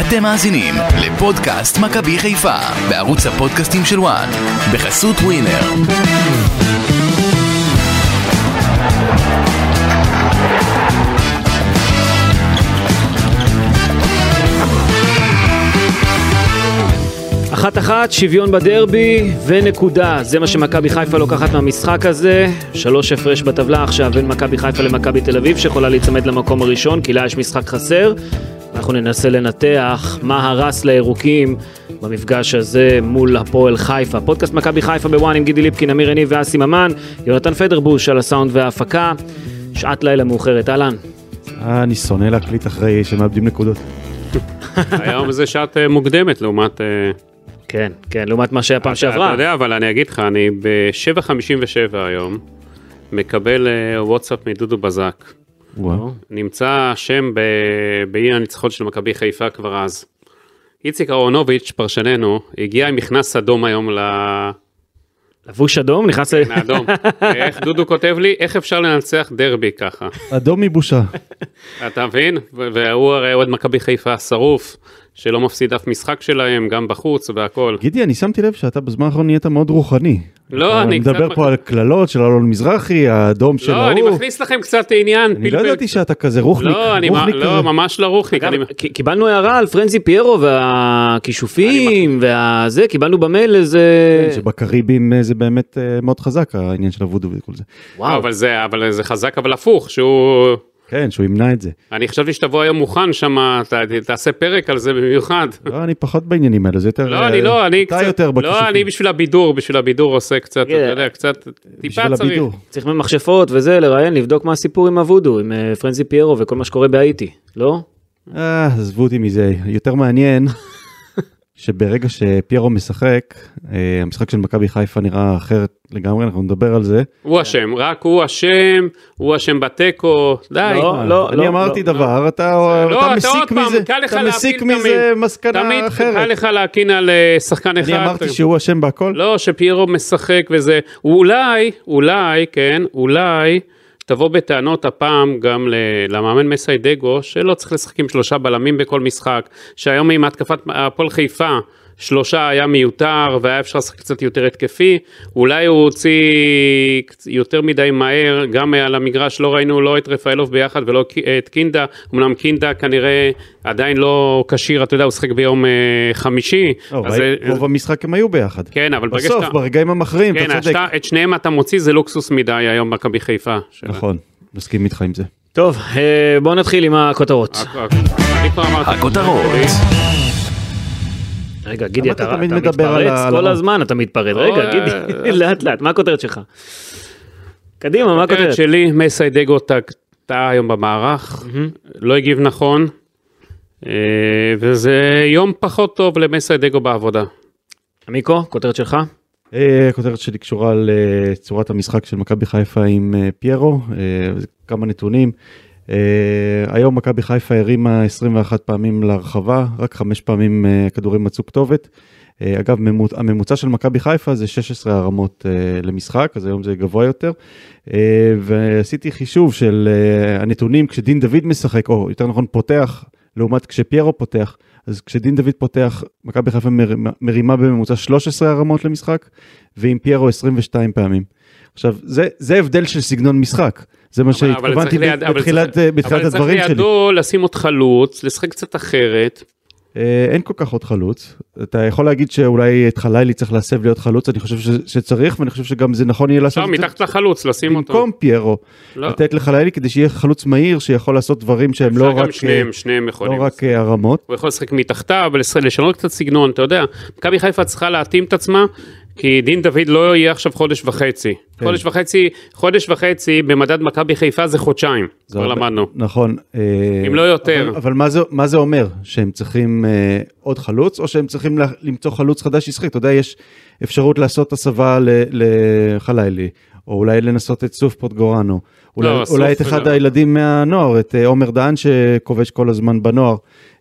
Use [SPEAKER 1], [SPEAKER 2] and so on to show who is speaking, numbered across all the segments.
[SPEAKER 1] אתם מאזינים לפודקאסט מכבי חיפה בערוץ הפודקאסטים של וואן בחסות ווינר.
[SPEAKER 2] אחת אחת, שוויון בדרבי ונקודה. זה מה שמכבי חיפה לוקחת מהמשחק הזה. שלוש הפרש בטבלה עכשיו בין מכבי חיפה למכבי תל אביב, שיכולה להיצמד למקום הראשון, כי לה יש משחק חסר. אנחנו ננסה לנתח מה הרס לירוקים במפגש הזה מול הפועל חיפה. פודקאסט מכבי חיפה בוואן עם גידי ליפקין, אמיר יניב ואסי ממן, יונתן פדרבוש על הסאונד וההפקה. שעת לילה מאוחרת, אהלן.
[SPEAKER 3] אה, אני שונא להקליט אחרי שמאבדים נקודות.
[SPEAKER 4] היום זה שעת אה, מוקדמת לעומת... אה,
[SPEAKER 2] כן, כן, לעומת מה שהיה פעם
[SPEAKER 4] אתה
[SPEAKER 2] שעברה.
[SPEAKER 4] יודע, אבל אני אגיד לך, אני ב-7.57 היום מקבל אה, וואטסאפ מדודו בזק.
[SPEAKER 3] וואו.
[SPEAKER 4] נמצא השם ב- באי הניצחון של מכבי חיפה כבר אז. איציק אהרונוביץ', פרשננו, הגיע עם מכנס אדום היום ל-
[SPEAKER 2] לבוש אדום,
[SPEAKER 4] כן,
[SPEAKER 2] נכנס ל...
[SPEAKER 4] לאדום. איך דודו כותב לי, איך אפשר לנצח דרבי ככה?
[SPEAKER 3] אדום מבושה.
[SPEAKER 4] אתה מבין? ו- והוא הרי אוהד מכבי חיפה שרוף, שלא מפסיד אף משחק שלהם, גם בחוץ והכל.
[SPEAKER 3] גידי, אני שמתי לב שאתה בזמן האחרון נהיית מאוד רוחני.
[SPEAKER 4] לא,
[SPEAKER 3] אתה
[SPEAKER 4] אני קצת...
[SPEAKER 3] מדבר פה על קללות של אלון מזרחי, האדום של ההוא.
[SPEAKER 4] לא, אני מכניס לכם קצת עניין.
[SPEAKER 3] אני לא
[SPEAKER 4] פלפל.
[SPEAKER 3] ידעתי שאתה כזה רוחניק.
[SPEAKER 4] לא, אני
[SPEAKER 3] רוחניק
[SPEAKER 4] מה- לא,
[SPEAKER 3] כזה.
[SPEAKER 4] ממש לא רוחניק.
[SPEAKER 2] אגב,
[SPEAKER 4] אני-
[SPEAKER 2] כי- קיבלנו הערה על פרנזי פיירו והכישופים והזה, קיבלנו במייל איזה...
[SPEAKER 3] כן, שבקריבים אה, זה באמת אה, מאוד חזק העניין של הוודו וכל זה.
[SPEAKER 4] לא,
[SPEAKER 2] וואו,
[SPEAKER 4] אבל זה אבל זה חזק אבל הפוך שהוא
[SPEAKER 3] כן, שהוא ימנע את זה.
[SPEAKER 4] אני חשבתי שתבוא היום מוכן שם תעשה פרק על זה במיוחד.
[SPEAKER 3] לא, אני פחות בעניינים האלה, זה יותר...
[SPEAKER 4] לא
[SPEAKER 3] אה,
[SPEAKER 4] אני לא אני
[SPEAKER 3] אתה
[SPEAKER 4] קצת
[SPEAKER 3] יותר בכישופים.
[SPEAKER 4] לא אני בשביל הבידור בשביל הבידור עושה קצת אתה
[SPEAKER 2] כן.
[SPEAKER 4] יודע קצת טיפה
[SPEAKER 3] בשביל
[SPEAKER 4] צריך.
[SPEAKER 3] הבידור.
[SPEAKER 2] צריך ממכשפות וזה, לראיין, לבדוק מה הסיפור עם הוודו, עם אה, פרנזי פיירו וכל מה שקורה בהאיטי, לא?
[SPEAKER 3] אה, עזבו אותי מזה. יותר מעניין שברגע שפיירו משחק, אה, המשחק של מכבי חיפה נראה אחרת לגמרי, אנחנו נדבר על זה.
[SPEAKER 4] הוא אשם רק הוא אשם הוא אשם בתיקו די.
[SPEAKER 2] לא, לא,
[SPEAKER 3] אני
[SPEAKER 2] לא,
[SPEAKER 3] אמרתי
[SPEAKER 2] לא,
[SPEAKER 3] דבר, אתה
[SPEAKER 4] לא,
[SPEAKER 3] אתה
[SPEAKER 4] אתה עוד
[SPEAKER 3] מסיק
[SPEAKER 4] פעם,
[SPEAKER 3] מזה,
[SPEAKER 4] קל לך
[SPEAKER 3] אתה מסיק
[SPEAKER 4] להפיל
[SPEAKER 3] מזה
[SPEAKER 4] תמיד. תמיד
[SPEAKER 3] מסקנה
[SPEAKER 4] קל
[SPEAKER 3] אחרת.
[SPEAKER 4] לך להקין על אה, שחקן אחד.
[SPEAKER 3] אני אמרתי
[SPEAKER 4] אתה-
[SPEAKER 3] שהוא אשם בהכל?
[SPEAKER 4] לא, שפיירו משחק וזה. אולי, אולי, כן, אולי תבוא בטענות הפעם גם ל- למאמן מסיידגו, שלא צריך לשחק עם שלושה בלמים בכל משחק, שהיום עם התקפת הפועל חיפה. שלושה היה מיותר והיה אפשר לשחק קצת יותר התקפי, אולי הוא הוציא קצ- יותר מדי מהר, גם על המגרש לא ראינו לא את רפאלוב ביחד ולא ק- את קינדה, אמנם קינדה כנראה עדיין לא כשיר, אתה יודע, הוא שחק ביום אה, חמישי,
[SPEAKER 3] לא,
[SPEAKER 4] אז
[SPEAKER 3] ראי-
[SPEAKER 4] זה-
[SPEAKER 3] רוב המשחק הם היו ביחד.
[SPEAKER 4] כן, אבל ברגע
[SPEAKER 3] בסוף,
[SPEAKER 4] שאתה-
[SPEAKER 3] ברגעים המכריעים,
[SPEAKER 4] כן,
[SPEAKER 3] אתה צודק.
[SPEAKER 4] השת- את שניהם אתה מוציא זה לוקסוס מדי היום מכבי חיפה. של-
[SPEAKER 3] נכון, מסכים איתך עם זה.
[SPEAKER 2] טוב, אה, בואו נתחיל עם הכותרות.
[SPEAKER 4] רק- רק- אני כבר אמרתי.
[SPEAKER 1] הכותרות
[SPEAKER 2] רגע, גידי,
[SPEAKER 3] למה אתה
[SPEAKER 2] אתה
[SPEAKER 3] תמיד
[SPEAKER 2] אתה
[SPEAKER 3] מדבר על ה-
[SPEAKER 2] מתפרץ
[SPEAKER 3] על
[SPEAKER 2] כל
[SPEAKER 3] ה-
[SPEAKER 2] הזמן, אתה מתפרץ.
[SPEAKER 4] לא,
[SPEAKER 2] רגע,
[SPEAKER 4] אה,
[SPEAKER 2] גידי,
[SPEAKER 4] אה.
[SPEAKER 2] לאט לאט, מה הכותרת שלך? קדימה, מה
[SPEAKER 4] הכותרת
[SPEAKER 2] הכותרת?
[SPEAKER 4] שלי, מסיידגו טעתה היום במערך,
[SPEAKER 2] Mm-hmm.
[SPEAKER 4] לא הגיב נכון, אה, וזה יום פחות טוב למסיידגו בעבודה.
[SPEAKER 2] עמיקו, כותרת שלך?
[SPEAKER 3] אה, הכותרת שלי קשורה לצורת המשחק של מכבי חיפה עם אה, פיירו, אה, אז כמה נתונים. אה, היום מכבי חיפה הרימה 21 פעמים להרחבה, רק 5 פעמים אה, הכדורים מצאו כתובת. אה, אגב, ממוצ- הממוצע של מכבי חיפה זה 16 הרמות אה, למשחק, אז היום זה גבוה יותר. אה, ועשיתי חישוב של אה, הנתונים כשדין דוד משחק, או יותר נכון פותח, לעומת כשפיירו פותח. אז כשדין דוד פותח, מכבי חיפה מרימה, מרימה בממוצע 13 הרמות למשחק, ועם פיירו 22 פעמים. עכשיו, זה, זה הבדל של סגנון משחק. זה מה
[SPEAKER 4] אבל- אבל
[SPEAKER 3] שהתכוונתי
[SPEAKER 4] צריך ליד-
[SPEAKER 3] ב-
[SPEAKER 4] אבל
[SPEAKER 3] בתחילת,
[SPEAKER 4] צריך-
[SPEAKER 3] אה, בתחילת
[SPEAKER 4] אבל
[SPEAKER 3] הדברים
[SPEAKER 4] צריך
[SPEAKER 3] שלי.
[SPEAKER 4] לידו לשים עוד חלוץ, לשחק קצת אחרת.
[SPEAKER 3] אה, אין כל כך עוד חלוץ. אתה יכול להגיד שאולי את חלילי צריך להסב להיות חלוץ, אני חושב ש- שצריך, ואני חושב שגם זה נכון יהיה לעשות
[SPEAKER 4] לא,
[SPEAKER 3] את זה
[SPEAKER 4] מתחת לחלוץ, לשים אותו.
[SPEAKER 3] במקום פיירו.
[SPEAKER 4] לא.
[SPEAKER 3] לתת לחלילי כדי שיהיה חלוץ מהיר שיכול לעשות דברים שהם לא
[SPEAKER 4] אפשר גם
[SPEAKER 3] רק,
[SPEAKER 4] שניהם, שניהם
[SPEAKER 3] אה,
[SPEAKER 4] יכולים.
[SPEAKER 3] לא רק אה, הרמות.
[SPEAKER 4] הוא יכול לשחק מתחתיו, לש- לשנות קצת סגנון, אתה יודע. מכבי חיפה צריכה להתאים את עצמה, כי דין דוד לא יהיה עכשיו חודש וחצי.
[SPEAKER 3] כן.
[SPEAKER 4] חודש וחצי, חודש וחצי במדד מכבי חיפה זה חודשיים,
[SPEAKER 3] זה
[SPEAKER 4] כבר
[SPEAKER 3] הרבה-
[SPEAKER 4] למדנו.
[SPEAKER 3] נכון. אה,
[SPEAKER 4] אם לא יותר.
[SPEAKER 3] אבל, אבל מה, זה, מה זה אומר? שהם צריכים אה, עוד חלוץ, או שהם צריכים לה, למצוא חלוץ חדש שישחק? אתה יודע, יש אפשרות לעשות הסבה ל- לחלילי, או אולי לנסות את סוף פוטגורנו. אולי,
[SPEAKER 4] לא,
[SPEAKER 3] אולי
[SPEAKER 4] סוף
[SPEAKER 3] את אחד
[SPEAKER 4] לא.
[SPEAKER 3] הילדים מהנוער, את אה, עומר דהן שכובש כל הזמן בנוער.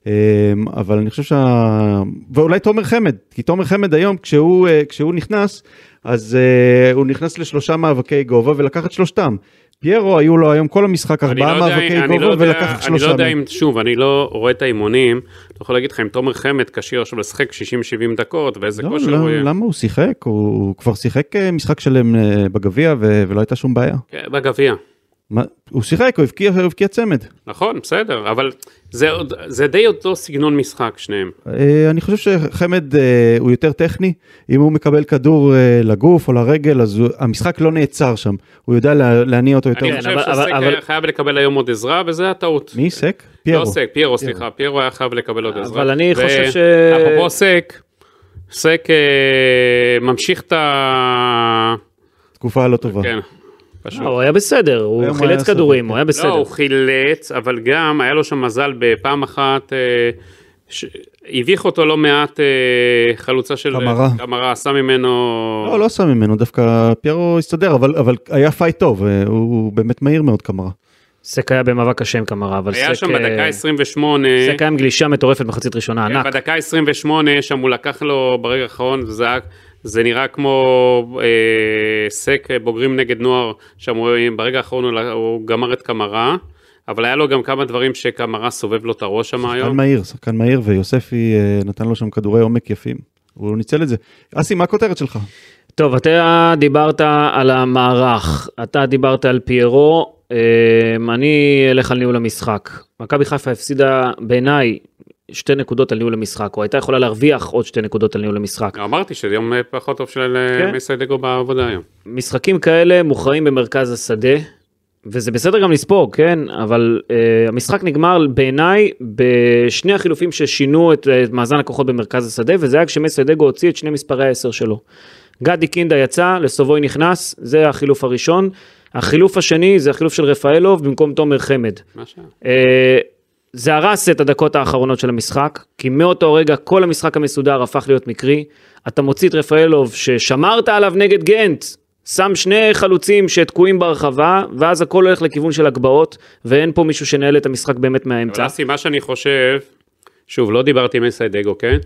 [SPEAKER 3] אה, אבל אני חושב שה... ואולי תומר חמד, כי תומר חמד היום, כשהוא, אה, כשהוא נכנס, אז אה, הוא נכנס לשלושה מאבקי גובה ולקח את שלושתם. פיירו, היו לו היום כל המשחק ארבעה מאבקי
[SPEAKER 4] אני לא
[SPEAKER 3] גובה
[SPEAKER 4] יודע-
[SPEAKER 3] ולקח
[SPEAKER 4] אני לא
[SPEAKER 3] שלושה.
[SPEAKER 4] יודע
[SPEAKER 3] מהם.
[SPEAKER 4] אם, שוב, אני לא רואה את האימונים, אני יכול להגיד לך אם תומר חמד כשיר עכשיו לשחק 60-70 דקות, ואיזה
[SPEAKER 3] לא,
[SPEAKER 4] כושר
[SPEAKER 3] לא,
[SPEAKER 4] הוא יהיה.
[SPEAKER 3] למה הוא שיחק? הוא הוא כבר שיחק אה, משחק שלם אה, בגביע ו- ולא הייתה שום בעיה.
[SPEAKER 4] כן, בגביע.
[SPEAKER 3] מה- הוא שיחק, הוא הבקיע- הוא הבקיע צמד.
[SPEAKER 4] נכון, בסדר, אבל זה, עוד- זה די אותו סגנון משחק שניהם.
[SPEAKER 3] אה, אני חושב שחמד אה, הוא יותר טכני, אם הוא מקבל כדור אה, לגוף או לרגל, אז הוא- המשחק לא נעצר שם, הוא יודע לה- להניע אותו יותר.
[SPEAKER 4] אני
[SPEAKER 2] כן,
[SPEAKER 4] חושב
[SPEAKER 2] אבל-
[SPEAKER 4] שסק
[SPEAKER 2] אבל-
[SPEAKER 4] היה חייב לקבל היום עוד עזרה, וזה הטעות.
[SPEAKER 3] מי סק?
[SPEAKER 4] פיירו. לא
[SPEAKER 3] פיירו.
[SPEAKER 4] סק, פיירו, סליחה, פיירו היה חייב לקבל עוד עזרה.
[SPEAKER 2] אבל אני
[SPEAKER 4] ו-
[SPEAKER 2] חושב ש-
[SPEAKER 4] אפרופו סק, סק אה, ממשיך את ה...
[SPEAKER 3] תקופה לא טובה.
[SPEAKER 4] כן, פשוט.
[SPEAKER 2] אה, הוא היה בסדר, הוא
[SPEAKER 3] היום הוא היה
[SPEAKER 2] חילץ
[SPEAKER 3] סבבה.
[SPEAKER 2] כדורים, הוא היה
[SPEAKER 4] לא,
[SPEAKER 2] בסדר.
[SPEAKER 4] הוא חילץ, אבל גם היה לו שם מזל בפעם אחת, אה, ש- הביך אותו לא מעט אה, חלוצה של...
[SPEAKER 3] קמרה.
[SPEAKER 4] קמרה, עשה ממנו...
[SPEAKER 3] לא, לא עשה ממנו, דווקא פיירו הסתדר, אבל, אבל היה פייט טוב, אה, הוא, הוא באמת מהיר מאוד כמרה.
[SPEAKER 2] סק היה במאבק השם כמרה, אבל סק...
[SPEAKER 4] היה שם
[SPEAKER 2] אה,
[SPEAKER 4] בדקה 28.
[SPEAKER 2] סק היה עם גלישה מטורפת מחצית ראשונה,
[SPEAKER 4] אוקיי. כן,
[SPEAKER 2] ענק.
[SPEAKER 4] בדקה 28 שם הוא לקח לו ברגע האחרון, זה, היה- זה נראה כמו אה, סק בוגרים נגד נוער, שם הוא, אה, ברגע האחרון הוא, ל- הוא גמר את קמרה, אבל היה לו גם כמה דברים שקמרה סובב לו את הראש שם
[SPEAKER 3] שחקן
[SPEAKER 4] היום.
[SPEAKER 3] מהיר, שחקן מהיר, ויוספי אה, נתן לו שם כדורי עומק יפים. הוא ניצל את זה. אסי, מה הכותרת שלך?
[SPEAKER 2] טוב, אתה דיברת על המערך, אתה דיברת על פיירו, אמ, אני אלך על ניהול המשחק. מכבי חיפה הפסידה בעיניי שתי נקודות על ניהול המשחק, או הייתה יכולה להרוויח עוד שתי נקודות על ניהול המשחק.
[SPEAKER 4] אמרתי שזה יום אה, פחות טוב של אה,
[SPEAKER 2] כן.
[SPEAKER 4] מסיידגו בעבודה היום.
[SPEAKER 2] משחקים כאלה מוכרעים במרכז השדה, וזה בסדר גם לספוג, כן? אבל uh, המשחק נגמר בעיניי בשני החילופים ששינו את, אה, את מאזן הכוחות במרכז השדה, וזה היה כשמסיידגו הוציא את שני מספרי ה-10 שלו. גדי קינדה יצא, לסובוי נכנס, זה החילוף הראשון. החילוף השני זה החילוף של רפאלוב במקום תומר חמד.
[SPEAKER 4] מה שהיה.
[SPEAKER 2] אה, זה הרס את הדקות האחרונות של המשחק, כי מאותו רגע כל המשחק המסודר הפך להיות מקרי. אתה מוציא את רפאלוב ששמרת עליו נגד גנט, שם שני חלוצים שתקועים ברחבה, ואז הכל הולך לכיוון של הגבהות, ואין פה מישהו שנהל את המשחק באמת מהאמצע.
[SPEAKER 4] אבל אסי, מה שאני חושב, שוב, לא דיברתי עם מסיידגו, כן?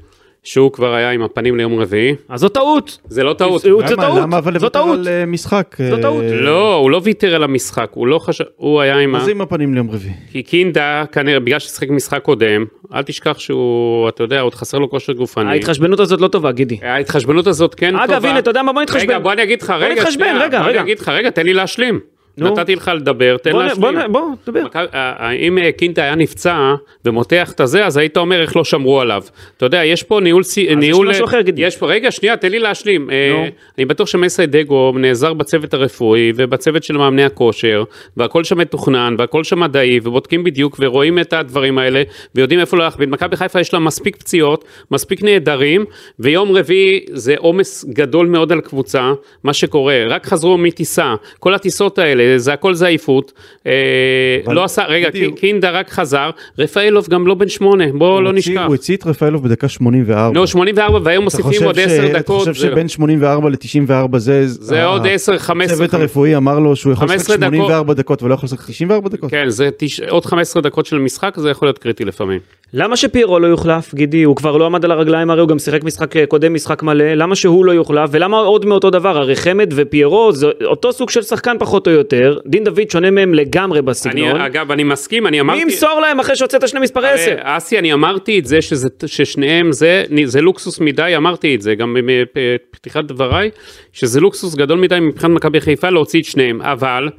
[SPEAKER 4] שהוא כבר היה עם הפנים ליום רביעי,
[SPEAKER 2] אז זו טעות.
[SPEAKER 4] זה לא טעות.
[SPEAKER 2] הוא- זו
[SPEAKER 3] למה-
[SPEAKER 2] טעות,
[SPEAKER 3] למה אבל
[SPEAKER 2] זו
[SPEAKER 3] לוותר
[SPEAKER 2] טעות.
[SPEAKER 3] על אה, משחק?
[SPEAKER 2] זו טעות.
[SPEAKER 3] אה,
[SPEAKER 4] לא, הוא לא ויתר על המשחק, הוא לא חשב, הוא היה עם ה...
[SPEAKER 3] אז עם הפנים ליום רביעי.
[SPEAKER 4] כי קינדה כנראה בגלל ששיחק משחק קודם אל תשכח שהוא אתה יודע עוד חסר לו כושר גופני.
[SPEAKER 2] ההתחשבנות הזאת לא טובה, גידי.
[SPEAKER 4] ההתחשבנות הזאת כן טובה.
[SPEAKER 2] אגב, הנה, אתה יודע מה? בוא נתחשבן.
[SPEAKER 4] רגע בוא אני אגיד לך רגע.
[SPEAKER 2] נתחשבן,
[SPEAKER 4] שנייה,
[SPEAKER 2] רגע,
[SPEAKER 4] בוא
[SPEAKER 2] רגע.
[SPEAKER 4] אני אגיד לך רגע תן לי להשלים.
[SPEAKER 2] נו.
[SPEAKER 4] נתתי לך לדבר תן
[SPEAKER 2] בוא, נ-
[SPEAKER 4] להשלים.
[SPEAKER 2] בוא, נ- בוא, דבר.
[SPEAKER 4] מכבי- אה, אה, אם אה, קינדה היה נפצע ומותח את הזה אז היית אומר איך לא שמרו עליו. אתה יודע יש פה ניהול, סי-
[SPEAKER 2] יש
[SPEAKER 4] ניהול,
[SPEAKER 2] משהו אחר, גידי.
[SPEAKER 4] יש פה רגע שנייה תן לי להשלים. אה,
[SPEAKER 2] נו.
[SPEAKER 4] אני בטוח שמסי דגו נעזר בצוות הרפואי ובצוות של מאמני הכושר והכל שם מתוכנן והכל שם מדעי ובודקים בדיוק ורואים את הדברים האלה ויודעים איפה לא להכביד. מכבי חיפה יש לה מספיק פציעות, מספיק נעדרים ויום רביעי זה עומס גדול מאוד על קבוצה, מה שקורה, רק חזרו מטיסה, כל הטיסות האלה זה הכל זעיפות. אה,
[SPEAKER 3] אבל-
[SPEAKER 4] לא עשה, רגע,
[SPEAKER 3] בדיוק.
[SPEAKER 4] קי- קינדה רק חזר, רפאלוב גם לא בן שמונה, בואו לא
[SPEAKER 3] הוא הוציא-
[SPEAKER 4] נשכח.
[SPEAKER 3] הוא הוציא את רפאלוב בדקה 84.
[SPEAKER 4] נו, 84 והיום
[SPEAKER 3] אתה
[SPEAKER 4] מוסיפים
[SPEAKER 3] חושב
[SPEAKER 4] עוד
[SPEAKER 3] ש-
[SPEAKER 4] 10
[SPEAKER 3] אתה
[SPEAKER 4] דקות.
[SPEAKER 3] חושב
[SPEAKER 4] זה- לא.
[SPEAKER 3] שבין 84 ל-94 זה...
[SPEAKER 4] זה
[SPEAKER 3] ה-
[SPEAKER 4] עוד 10, 15.
[SPEAKER 3] הצוות הרפואי אמר לו שהוא יכול לשחק
[SPEAKER 4] 15 דקות.
[SPEAKER 3] 84 דקות ולא יכול לשחק 94 דקות.
[SPEAKER 4] כן, זה תש... עוד 15 דקות של משחק, זה יכול להיות קריטי לפעמים.
[SPEAKER 2] למה שפירו לא יוחלף, גידי? הוא כבר לא עמד על הרגליים, הרי הוא גם שיחק משחק אה, קודם, משחק מלא. למה שהוא לא יוחלף? ולמה עוד מאותו דבר? הרי חמד ופיירו זה אותו סוג של שחקן פחות או יותר. דין דוד שונה מהם לגמרי בסגנון.
[SPEAKER 4] אני, אגב, אני מסכים, אני
[SPEAKER 2] מי
[SPEAKER 4] אמרתי...
[SPEAKER 2] ימסור להם אחרי שהוצאת שני מספרי
[SPEAKER 4] הרי, אה,
[SPEAKER 2] עשר?
[SPEAKER 4] אסי, אני אמרתי את זה, שזה, ששניהם זה, זה לוקסוס מדי, אמרתי את זה גם אה, בפתיחת דבריי, שזה לוקסוס גדול מדי מבחינת מכבי חיפה להוציא את שניהם, אבל...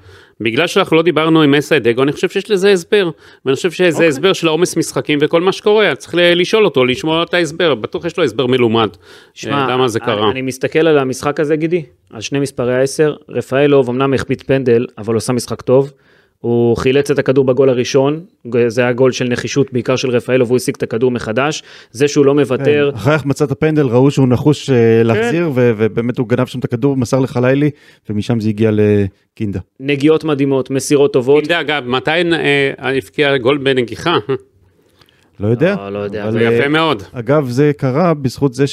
[SPEAKER 4] בגלל שאנחנו לא דיברנו עם אסא דגו, אני חושב שיש לזה הסבר. ואני חושב שזה okay. הסבר של העומס משחקים וכל מה שקורה, צריך ל- לשאול אותו, לשמוע את ההסבר, בטוח יש לו הסבר מלומד.
[SPEAKER 2] שמע,
[SPEAKER 4] אה, למה זה קרה.
[SPEAKER 2] אני, אני מסתכל על המשחק הזה, גידי, על שני מספרי העשר. רפאלוב אמנם החמיץ פנדל, אבל הוא עשה משחק טוב. הוא חילץ את הכדור בגול הראשון, זה היה גול של נחישות בעיקר של רפאלוב, הוא השיג את הכדור מחדש. זה שהוא לא מוותר,
[SPEAKER 3] כן. אחרי החמצת הפנדל ראו שהוא נחוש אה,
[SPEAKER 4] כן.
[SPEAKER 3] להחזיר ו- ובאמת הוא גנב שם את הכדור מסר לחלילי ומשם זה הגיע לקינדה.
[SPEAKER 2] נגיעות מדהימות, מסירות טובות.
[SPEAKER 4] אתה יודע, אגב, מתי אה, הבקיע גול בנגיחה?
[SPEAKER 3] לא יודע.
[SPEAKER 2] לא, לא יודע,
[SPEAKER 3] אבל,
[SPEAKER 4] זה
[SPEAKER 2] אה,
[SPEAKER 4] יפה מאוד.
[SPEAKER 3] אגב זה קרה בזכות זה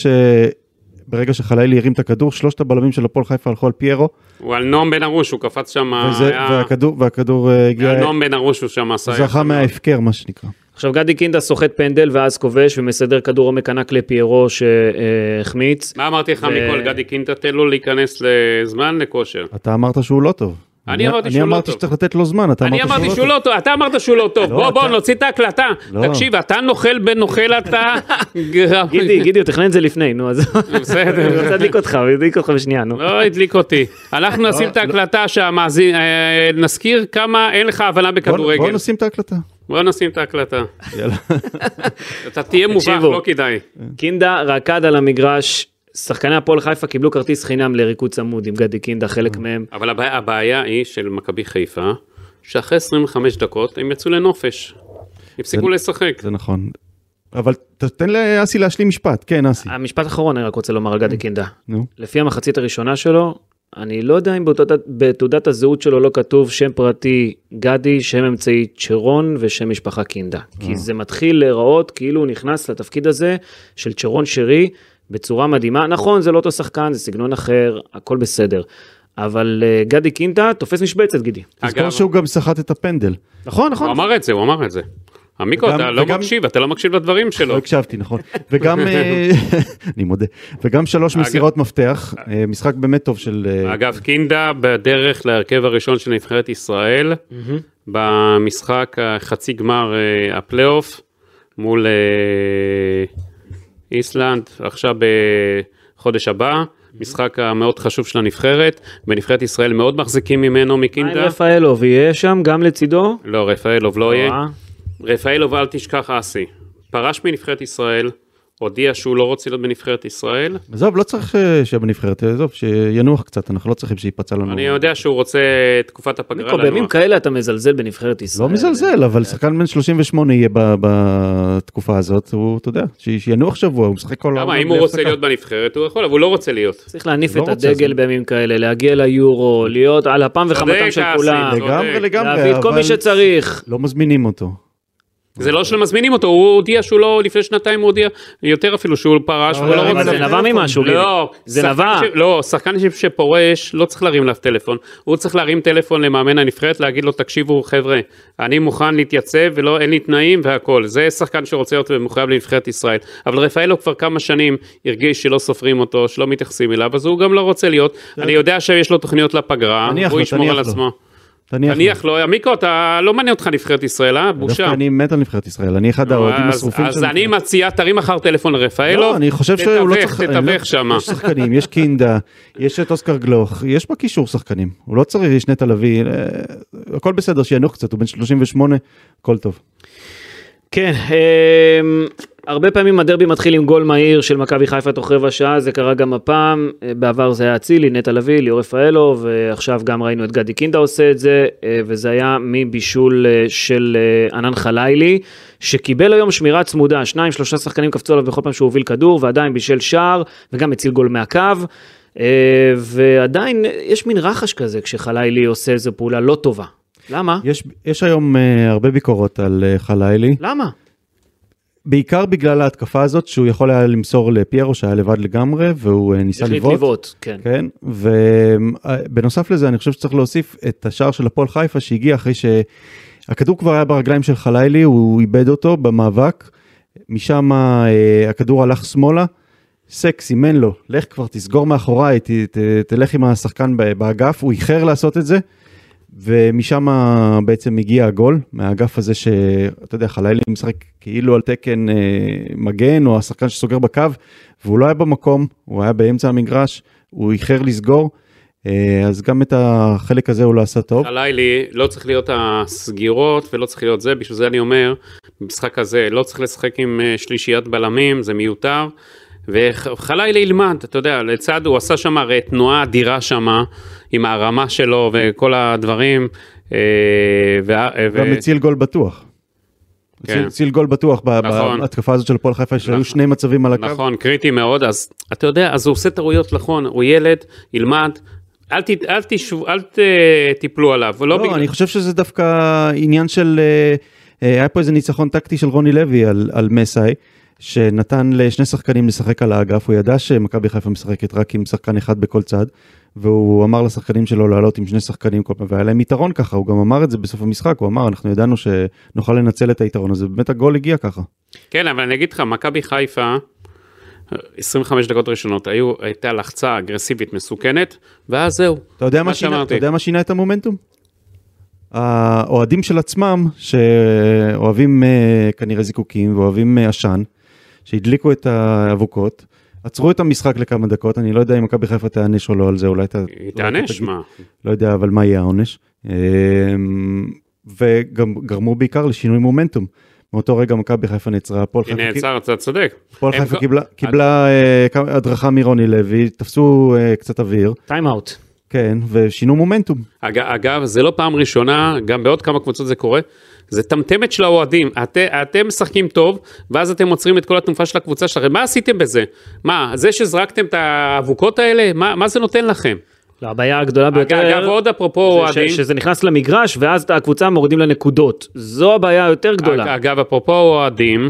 [SPEAKER 3] שברגע שחלילי הרים את הכדור שלושת הבלמים של הפועל חיפה הלכו על פיירו
[SPEAKER 4] הוא על נועם בן ארוש, הוא קפץ שם,
[SPEAKER 3] וזה-
[SPEAKER 4] אה, היה-
[SPEAKER 3] והכדור- והכדור אה, הגיע,
[SPEAKER 4] היה נועם בן ארוש, הוא שם עשה...
[SPEAKER 3] זכה מההפקר מה שנקרא.
[SPEAKER 2] עכשיו גדי קינדה סוחט פנדל ואז כובש ומסדר כדור עומק ענק לפיירו שהחמיץ.
[SPEAKER 4] מה אמרתי לך
[SPEAKER 2] ו-
[SPEAKER 4] מכל גדי קינטה, תן לו להיכנס לזמן לכושר.
[SPEAKER 3] אתה אמרת שהוא לא טוב.
[SPEAKER 4] אני אמרתי שהוא לא
[SPEAKER 3] אמרתי
[SPEAKER 4] טוב.
[SPEAKER 3] שצריך לתת לו זמן, אתה אמרת
[SPEAKER 4] אני אמרתי שהוא לא טוב, אתה אמרת שהוא לא טוב,
[SPEAKER 3] לא,
[SPEAKER 4] בוא בוא
[SPEAKER 3] אתה-
[SPEAKER 4] נוציא את ההקלטה.
[SPEAKER 3] לא.
[SPEAKER 4] תקשיב, אתה נוכל בן נוכל אתה.
[SPEAKER 2] גידי, גידי, הוא תכנן את זה לפני, נו, אז...
[SPEAKER 4] בסדר.
[SPEAKER 2] הוא רוצה להדליק אותך, הוא ידליק אותך בשנייה, נו.
[SPEAKER 4] לא הדליק אותי. אנחנו נשים את ההקלטה שהמאזין, אה, נזכיר כמה אין לך הבנה
[SPEAKER 3] בוא- בוא
[SPEAKER 4] בכדורגל.
[SPEAKER 3] נשים את ההקלטה.
[SPEAKER 4] בוא נשים את ההקלטה.
[SPEAKER 3] יאללה.
[SPEAKER 4] אתה תהיה מובך,
[SPEAKER 2] תקשיבו.
[SPEAKER 4] לא כדאי.
[SPEAKER 2] קינדה רקד על המגרש, שחקני הפועל חיפה קיבלו כרטיס חינם לריקוד צמוד עם גדי קינדה, חלק מהם.
[SPEAKER 4] אבל הבעיה, הבעיה היא של מכבי חיפה, שאחרי 25 דקות הם יצאו לנופש. הפסיקו
[SPEAKER 3] זה-
[SPEAKER 4] לשחק.
[SPEAKER 3] זה נכון. אבל ת- תן לאסי להשלים משפט, כן אסי.
[SPEAKER 4] אה.
[SPEAKER 2] המשפט האחרון אני רק רוצה לומר על גדי קינדה.
[SPEAKER 3] נו.
[SPEAKER 2] לפי המחצית הראשונה שלו, אני לא יודע אם בתעודת, בתעודת הזהות שלו לא כתוב שם פרטי גדי, שם אמצעי צ'רון ושם משפחה קינדה.
[SPEAKER 3] אה.
[SPEAKER 2] כי זה מתחיל להיראות כאילו הוא נכנס לתפקיד הזה של צ'רון שרי בצורה מדהימה. נכון, זה לא אותו שחקן, זה סגנון אחר, הכל בסדר. אבל אה, גדי קינדה תופס משבצת, גידי.
[SPEAKER 4] אגב,
[SPEAKER 3] תזכור שהוא גם סחט את הפנדל. לא
[SPEAKER 2] נכון, נכון.
[SPEAKER 4] הוא אמר את זה, הוא אמר את זה. עמיקו,
[SPEAKER 3] וגם-
[SPEAKER 4] אתה לא
[SPEAKER 3] וגם-
[SPEAKER 4] מקשיב, אתה לא מקשיב לדברים שלו.
[SPEAKER 3] לא הקשבתי, נכון. וגם, אה, אני מודה, וגם שלוש
[SPEAKER 4] אגב-
[SPEAKER 3] מסירות מפתח, אה, משחק באמת טוב של... אה,
[SPEAKER 4] אגב, קינדה בדרך להרכב הראשון של נבחרת ישראל, במשחק החצי גמר אה, הפלייאוף, מול אה, איסלנד, עכשיו בחודש הבא. משחק המאוד חשוב של הנבחרת, בנבחרת ישראל מאוד מחזיקים ממנו
[SPEAKER 2] עין
[SPEAKER 4] מקינדה.
[SPEAKER 2] רפאלוב יהיה שם גם לצידו.
[SPEAKER 4] לא, רפאלוב לא יהיה.
[SPEAKER 2] אה,
[SPEAKER 4] רפאלוב, אל תשכח אסי. פרש מנבחרת ישראל, הודיע שהוא לא רוצה להיות בנבחרת ישראל.
[SPEAKER 3] עזוב, לא צריך אה, שיהיה בנבחרת, עזוב, שינוח קצת, אנחנו לא צריכים שייפצע לנו.
[SPEAKER 4] אני יודע שהוא רוצה תקופת הפגרה
[SPEAKER 2] מיקו, בימים
[SPEAKER 4] לנוח.
[SPEAKER 2] כאלה אתה מזלזל בנבחרת ישראל.
[SPEAKER 3] לא מזלזל,
[SPEAKER 4] אה,
[SPEAKER 3] אבל שחקן בן 38 יהיה ב- בתקופה הזאת, הוא, אתה יודע, ש- שינוח שבוע, הוא משחק כל
[SPEAKER 4] למה,
[SPEAKER 3] העונה
[SPEAKER 4] אם הוא
[SPEAKER 3] בלי
[SPEAKER 4] רוצה
[SPEAKER 3] הפסקה.
[SPEAKER 4] להיות בנבחרת, הוא יכול, אבל הוא לא רוצה להיות.
[SPEAKER 2] צריך להניף
[SPEAKER 3] לא
[SPEAKER 2] את
[SPEAKER 3] רוצה,
[SPEAKER 2] הדגל
[SPEAKER 3] זה-
[SPEAKER 2] בימים כאלה, להגיע ליורו, להיות על אפם וחמתם
[SPEAKER 4] צודק,
[SPEAKER 2] של
[SPEAKER 4] אסי,
[SPEAKER 2] כולם,
[SPEAKER 4] צודק.
[SPEAKER 3] לגמרי, לגמרי,
[SPEAKER 2] להביא את כל מי
[SPEAKER 3] אבל
[SPEAKER 2] שצריך.
[SPEAKER 3] לא מזמינים אותו.
[SPEAKER 4] זה לא שמזמינים אותו, הוא הודיע שהוא לא, לפני שנתיים הוא הודיע, יותר אפילו שהוא פרש,
[SPEAKER 3] לא,
[SPEAKER 4] הוא
[SPEAKER 3] לא,
[SPEAKER 4] לא
[SPEAKER 2] אבל
[SPEAKER 4] רוצה.
[SPEAKER 2] זה
[SPEAKER 3] אבל-
[SPEAKER 2] נבע ממשהו, גילי.
[SPEAKER 4] לא,
[SPEAKER 2] זה
[SPEAKER 4] שחקן
[SPEAKER 2] נבע.
[SPEAKER 4] ש- לא, שחקן ש- שפורש לא צריך להרים אליו טלפון, הוא צריך להרים טלפון למאמן הנבחרת, להגיד לו תקשיבו חבר'ה, אני מוכן להתייצב ולא, אין לי תנאים והכל, זה שחקן שרוצה להיות ומחויב לנבחרת ישראל, אבל רפאלו כבר כמה שנים הרגיש שלא סופרים אותו, שלא מתייחסים אליו, אז הוא גם לא רוצה להיות, אני יודע שיש לו תוכניות לפגרה,
[SPEAKER 3] תניח
[SPEAKER 4] הוא
[SPEAKER 3] לו,
[SPEAKER 4] ישמור
[SPEAKER 3] תניח
[SPEAKER 4] על
[SPEAKER 3] לו.
[SPEAKER 4] עצמו.
[SPEAKER 3] תניח.
[SPEAKER 4] תניח לו, עמיקו, אתה לא מעניין אותך נבחרת ישראל, אה?
[SPEAKER 3] לו. דווקא
[SPEAKER 4] בושה.
[SPEAKER 3] אני מת על נבחרת ישראל, אני אחד האוהדים
[SPEAKER 4] אז-
[SPEAKER 3] השרופים
[SPEAKER 4] אז
[SPEAKER 3] של
[SPEAKER 4] אני
[SPEAKER 3] הנבחרת.
[SPEAKER 4] מציע, תרים מחר טלפון לרפאלו.
[SPEAKER 3] לא, אני חושב שהוא לא
[SPEAKER 4] תתווך,
[SPEAKER 3] צריך... אני לא-
[SPEAKER 4] תתווך שמה.
[SPEAKER 3] יש שחקנים, יש קינדה, יש את אוסקר גלוך, יש בקישור שחקנים. הוא לא צריך, יש נטע לביא, אה, הכל בסדר, שינוח קצת, הוא בן 38, הכל טוב.
[SPEAKER 2] כן, אמ, הרבה פעמים הדרבי מתחיל עם גול מהיר של מכבי חיפה תוך רבע שעה, זה קרה גם הפעם, אה, בעבר זה היה אצילי, נטע לביא, ליאור רפאלו, ועכשיו גם ראינו את גדי קינדה עושה את זה, אה, וזה היה מבישול אה, של אה, ענן חלילי, שקיבל היום שמירה צמודה, שניים, שלושה שחקנים קפצו עליו בכל פעם שהוא הוביל כדור, ועדיין בישל שער, וגם הציל גול מהקו. אה, ועדיין אה, יש מין רחש כזה כשחלילי עושה איזו פעולה לא טובה. למה?
[SPEAKER 3] יש, יש היום אה, הרבה ביקורות על אה, חלילי,
[SPEAKER 2] למה?
[SPEAKER 3] בעיקר בגלל ההתקפה הזאת שהוא יכול היה למסור לפיירו שהיה לבד לגמרי והוא אה, ניסה
[SPEAKER 2] החליט
[SPEAKER 3] לבעוט.
[SPEAKER 2] לבעוט, כן.
[SPEAKER 3] כן, ובנוסף לזה אני חושב שצריך להוסיף את השער של הפועל חיפה שהגיע אחרי שהכדור כבר היה ברגליים של חלילי, הוא איבד אותו במאבק, משם אה, הכדור הלך שמאלה, סק סימן לו, לך כבר תסגור מאחוריי, ת, ת, תלך עם השחקן ב- באגף, הוא איחר לעשות את זה, ומשם בעצם הגיע הגול, מהאגף הזה שאתה יודע, חלילי משחק כאילו על תקן אה, מגן או השחקן שסוגר בקו, והוא לא היה במקום, הוא היה באמצע המגרש, הוא איחר לסגור, אה, אז גם את החלק הזה הוא לא עשה טוב.
[SPEAKER 4] הלילי, לא צריך להיות הסגירות ולא צריך להיות זה, בשביל זה אני אומר, במשחק הזה לא צריך לשחק עם אה, שלישיית בלמים, זה מיותר. וחלילי ילמד, אתה יודע, לצד, הוא עשה שם הרי תנועה אדירה שמה, עם הרמה שלו וכל הדברים. אה, וה- אה, ו-
[SPEAKER 3] גם הציל גול בטוח.
[SPEAKER 4] כן.
[SPEAKER 3] הציל- הציל גול בטוח ב-
[SPEAKER 4] נכון.
[SPEAKER 3] בהתקפה הזאת של הפועל חיפה, שהיו
[SPEAKER 4] נכון.
[SPEAKER 3] שני מצבים על הקו.
[SPEAKER 4] נכון, קריטי מאוד, אז אתה יודע, אז הוא עושה טעויות, נכון, הוא ילד, ילמד, אל, ת, אל, תשו, אל ת, תיפלו עליו, לא,
[SPEAKER 3] לא, אני חושב שזה דווקא עניין של... אה, אה, היה פה איזה ניצחון טקטי של רוני לוי על, על מסאי, שנתן לשני שחקנים לשחק על האגף, הוא ידע שמכבי חיפה משחקת רק עם שחקן אחד בכל צד, והוא אמר לשחקנים שלו לעלות עם שני שחקנים כל פעם, והיה להם יתרון ככה, הוא גם אמר את זה בסוף המשחק, הוא אמר, אנחנו ידענו שנוכל לנצל את היתרון הזה, באמת הגול הגיע ככה.
[SPEAKER 4] כן, אבל אני אגיד לך, מכבי חיפה, 25 דקות ראשונות היו, הייתה לחצה אגרסיבית מסוכנת, ואז זהו.
[SPEAKER 3] אתה יודע מה שינה, אתה
[SPEAKER 4] שאמרתי.
[SPEAKER 3] יודע מה שינה את המומנטום? האוהדים של עצמם, שאוהבים אה, כנראה זיקוקים ואוהבים אה, עשן, שהדליקו את האבוקות, עצרו את המשחק לכמה דקות, אני לא יודע אם מכבי חיפה תיענש או לא על זה, אולי אתה...
[SPEAKER 4] היא
[SPEAKER 3] אולי אתה
[SPEAKER 4] תענש,
[SPEAKER 3] תגיד.
[SPEAKER 4] מה?
[SPEAKER 3] לא יודע, אבל מה יהיה העונש? אה, וגם גרמו בעיקר לשינוי מומנטום. מאותו רגע מכבי חיפה נעצרה, הפועל
[SPEAKER 4] היא
[SPEAKER 3] חיפה קיב-
[SPEAKER 4] נעצר, אתה צודק.
[SPEAKER 3] הפועל
[SPEAKER 4] הם לא-
[SPEAKER 3] חיפה
[SPEAKER 4] ק-
[SPEAKER 3] קיבלה- קיבלה אה, כמה- הדרכה מרוני לוי, תפסו אה, קצת אוויר,
[SPEAKER 2] טיים אאוט.
[SPEAKER 3] כן, ושינו מומנטום.
[SPEAKER 4] אג, אגב, זה לא פעם ראשונה, גם בעוד כמה קבוצות זה קורה, זה טמטמת של האוהדים. את, אתם משחקים טוב, ואז אתם עוצרים את כל התנופה של הקבוצה שלכם. מה עשיתם בזה? מה, זה שזרקתם את האבוקות האלה? מה, מה זה נותן לכם?
[SPEAKER 2] לא, הבעיה הגדולה
[SPEAKER 4] אג,
[SPEAKER 2] ביותר...
[SPEAKER 4] אגב, עוד אפרופו
[SPEAKER 2] זה ש-
[SPEAKER 4] אוהדים,
[SPEAKER 2] שזה נכנס למגרש ואז את הקבוצה מורידים לה נקודות. זו הבעיה היותר
[SPEAKER 4] אג-
[SPEAKER 2] גדולה.
[SPEAKER 4] אגב, אפרופו אוהדים,